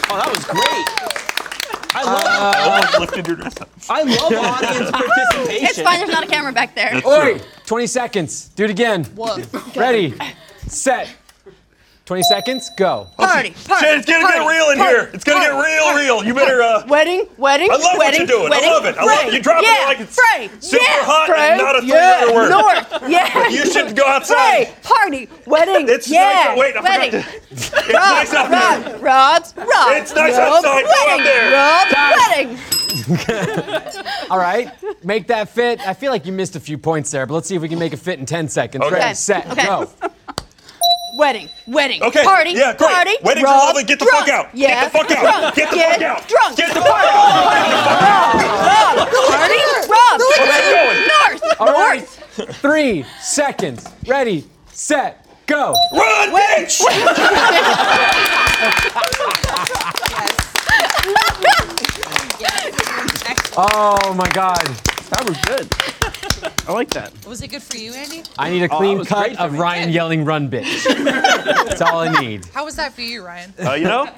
S2: Oh, that was great. I love,
S3: Oh, lifted your dress up.
S2: I love audience participation.
S4: It's fine, there's not a camera back there.
S1: Oi! 20 seconds. Do it again.
S5: Woof.
S1: Ready, set. 20 seconds, go.
S4: Party, party.
S3: Shit, it's gonna get real in here. It's gonna get real, real. You better uh.
S4: Wedding, wedding,
S3: I love what
S4: wedding,
S3: you're doing. I
S4: wedding.
S3: love it. I love it. You drop it
S4: yeah,
S3: like it's
S4: Frey,
S3: super
S4: yeah,
S3: hot and
S4: Frey,
S3: not a
S4: yeah,
S3: three-letter word.
S4: North, yeah.
S3: You should go outside.
S4: Frey, party, wedding,
S3: It's
S4: yeah,
S3: nice. Wait, I
S4: wedding.
S3: forgot. To, it's nice out there.
S4: Rob, Rob, Rob.
S3: It's nice
S4: Rob,
S3: outside. Go out
S4: Wedding,
S3: there.
S4: Rob, wedding.
S1: All right, make that fit. I feel like you missed a few points there, but let's see if we can make it fit in 10 seconds.
S3: Okay.
S1: Ready, set,
S4: Okay.
S1: go.
S4: Wedding, wedding,
S3: Okay.
S4: party,
S3: Yeah, great.
S4: party.
S3: Wedding's
S4: Rob,
S3: lovely. Get the
S4: drunk.
S3: fuck out.
S4: Yeah.
S3: Get the fuck out.
S4: Drunk.
S3: Get the fuck out.
S4: Drunk.
S3: Get the fuck out.
S4: Party, Rob,
S3: going?
S4: North,
S1: right.
S4: North.
S1: Three seconds. Ready, set, go.
S3: Run, bitch!
S1: Oh my God.
S2: That was good. I like that.
S5: Was it good for you, Andy?
S1: I need a
S2: Oh, that
S1: clean
S2: was
S1: cut
S2: great for
S1: of
S2: me.
S1: Ryan yelling, run, bitch. That's all I need.
S5: How was that for you, Ryan?
S3: Uh, you know,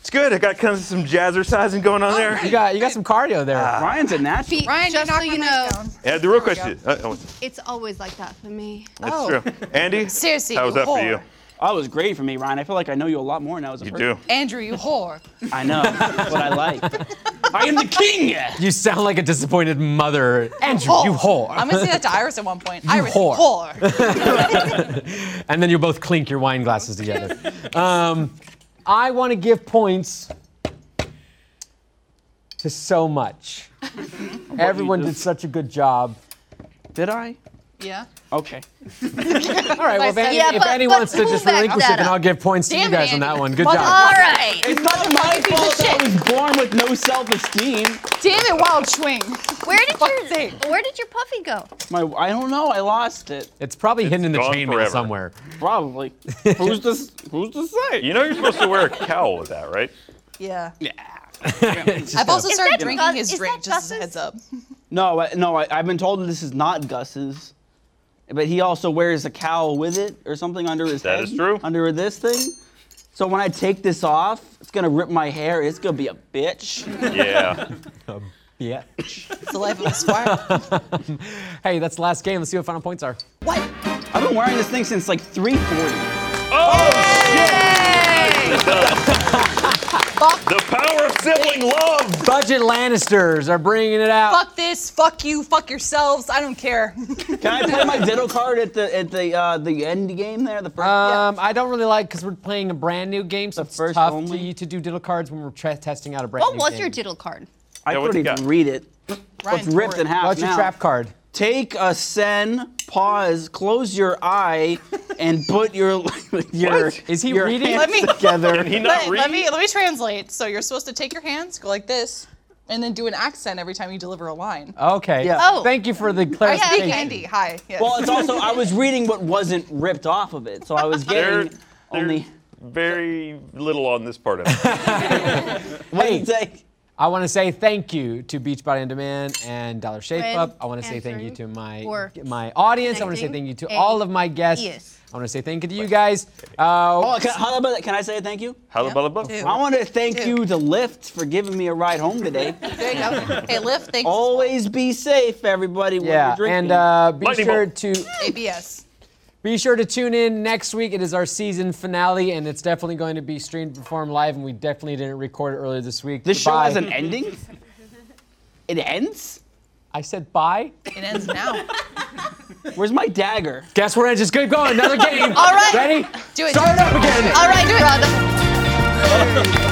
S3: it's good. I got kind of some jazzercising going on there.
S1: You got, you got some cardio there.
S2: Ryan's a natural.
S4: Pete,
S5: Ryan,
S4: just
S5: you
S4: so
S5: knocked
S4: you
S5: my
S4: know,
S5: mic down.
S3: Yeah, the real
S5: There we
S3: question. Uh, oh,
S4: it's always like that for me.
S3: that's
S5: Oh.
S3: true. Andy,
S5: Seriously,
S3: how was
S5: you
S3: that for
S5: whore.
S3: you?
S2: That was great for me, Ryan. I feel like I know you a lot more now as a
S3: You
S2: person.
S3: do.
S5: Andrew, you whore.
S2: I know. That's what I like. I am the king.
S1: You sound like a disappointed mother. Andrew,
S4: Oh,
S1: you whore.
S5: I'm gonna say that to Iris at one point. Iris,
S1: whore.
S5: you whore.
S1: and then you both clink your wine glasses together. Um, I want to give points to so much. Everyone
S2: you
S1: did
S2: just-
S1: such a good job.
S2: Did I?
S5: Yeah.
S2: Okay.
S1: All right, well, if
S5: said-
S1: Andy,
S5: Yeah,
S1: if
S4: but-
S1: Andy
S4: but
S1: wants to
S4: pull
S1: just
S4: back
S1: relinquish
S4: that
S1: it, then
S4: up.
S1: I'll give points to you
S5: Damn it,
S1: guys on
S5: Andy.
S1: that one. Good
S5: Mother-
S1: job.
S4: All right.
S2: It's not my
S5: piece of
S2: fault that I
S5: shit.
S2: was born with no self-esteem.
S5: Damn it, Wild Schwing.
S4: Where did
S5: Fuck's
S4: your
S5: sake.
S4: Where did your puffy go?
S2: My, I don't know. I lost it.
S1: It's probably hidden in the
S3: gone
S1: chainmail
S3: forever.
S1: somewhere.
S2: Probably. who's this? Who's to say?
S3: You know you're supposed to wear a cowl with that, right?
S5: Yeah.
S1: It's just
S5: I've also
S4: Is
S5: started
S4: that
S5: drinking
S4: Gus-
S5: his
S4: is
S5: drink,
S4: that
S5: just as a
S4: Gus's?
S5: heads up.
S2: No, I, no. I, I've been told this is not Gus's, but he also wears a cowl with it or something under his
S3: That
S2: head.
S3: is true.
S2: Under this thing. So when I take this off, it's gonna rip my hair. It's gonna be a bitch.
S3: Yeah.
S1: a- yeah.
S5: It's the life of a squire.
S1: Hey, that's the last game. Let's see what final points are.
S5: what?
S2: I've been wearing this thing since like 3:40.
S3: the power of sibling love.
S1: Budget Lannisters are bringing it out.
S5: Fuck this. Fuck you. Fuck yourselves. I don't care.
S2: Can I play my diddle card at the at the uh, the end game there? The first.
S5: Uh,
S1: Um, I don't really like because we're playing a brand new game, so
S2: The
S1: it's
S2: first
S1: tough to,
S2: only?
S1: to do diddle cards when we're tra- testing out a brand
S4: What
S1: new
S4: was
S1: game.
S4: your diddle card?
S2: I
S3: Yeah, what
S2: couldn't
S3: you
S2: even
S3: got?
S2: read it.
S5: Ryan
S2: It's ripped in half
S1: What's your
S2: now.
S1: trap card?
S2: Take a sen, pause, close your eye, and put your your
S1: Is he
S2: your
S1: reading?
S2: hands
S5: Let me-
S2: together.
S3: He not
S5: Let,
S3: read.
S5: let me let me translate. So you're supposed to take your hands, go like this, and then do an accent every time you deliver a line.
S1: Okay.
S2: Yeah.
S4: Oh.
S1: Thank you for the
S5: I speak
S1: clarification.
S5: Andy. Hi. Yes.
S2: Well, it's also I was reading what wasn't ripped off of it, so I was
S3: There-
S2: getting
S3: there's
S2: only.
S3: very little on this part of it.
S1: Hey,
S2: It's like-
S1: I want to say thank you to Beachbody on Demand and Dollar Shave
S4: When
S1: Club. I want to say thank you to
S4: answering
S1: my
S4: or
S1: my audience. I want to say thank
S4: connecting
S1: you to
S4: a
S1: all of my guests.
S4: yes.
S1: I want to say thank you to you guys. Uh,
S2: Oh, can, how about that? Can I say thank you?
S3: Halla balla blah.
S5: Ew.
S2: I want to thank
S5: Dude.
S2: you to Lyft for giving me a ride home today.
S5: there you go. Hey, Lyft, thanks.
S2: Always be safe, everybody. when
S1: yeah,
S2: you're drinking.
S1: and uh, be
S3: Lightning
S1: sure
S3: bolt.
S1: to
S5: ABS.
S1: Be sure to tune in next week. It is our season finale, and it's definitely going to be streamed, performed live, and we definitely didn't record it earlier this week.
S2: this show
S1: Bye.
S2: has an ending. It ends.
S1: I said bye.
S5: It ends now.
S2: Where's my dagger?
S1: Guess we're gonna just keep going. Another game.
S5: All right.
S1: Ready?
S5: Do it.
S1: Start it up again.
S5: All right, do it.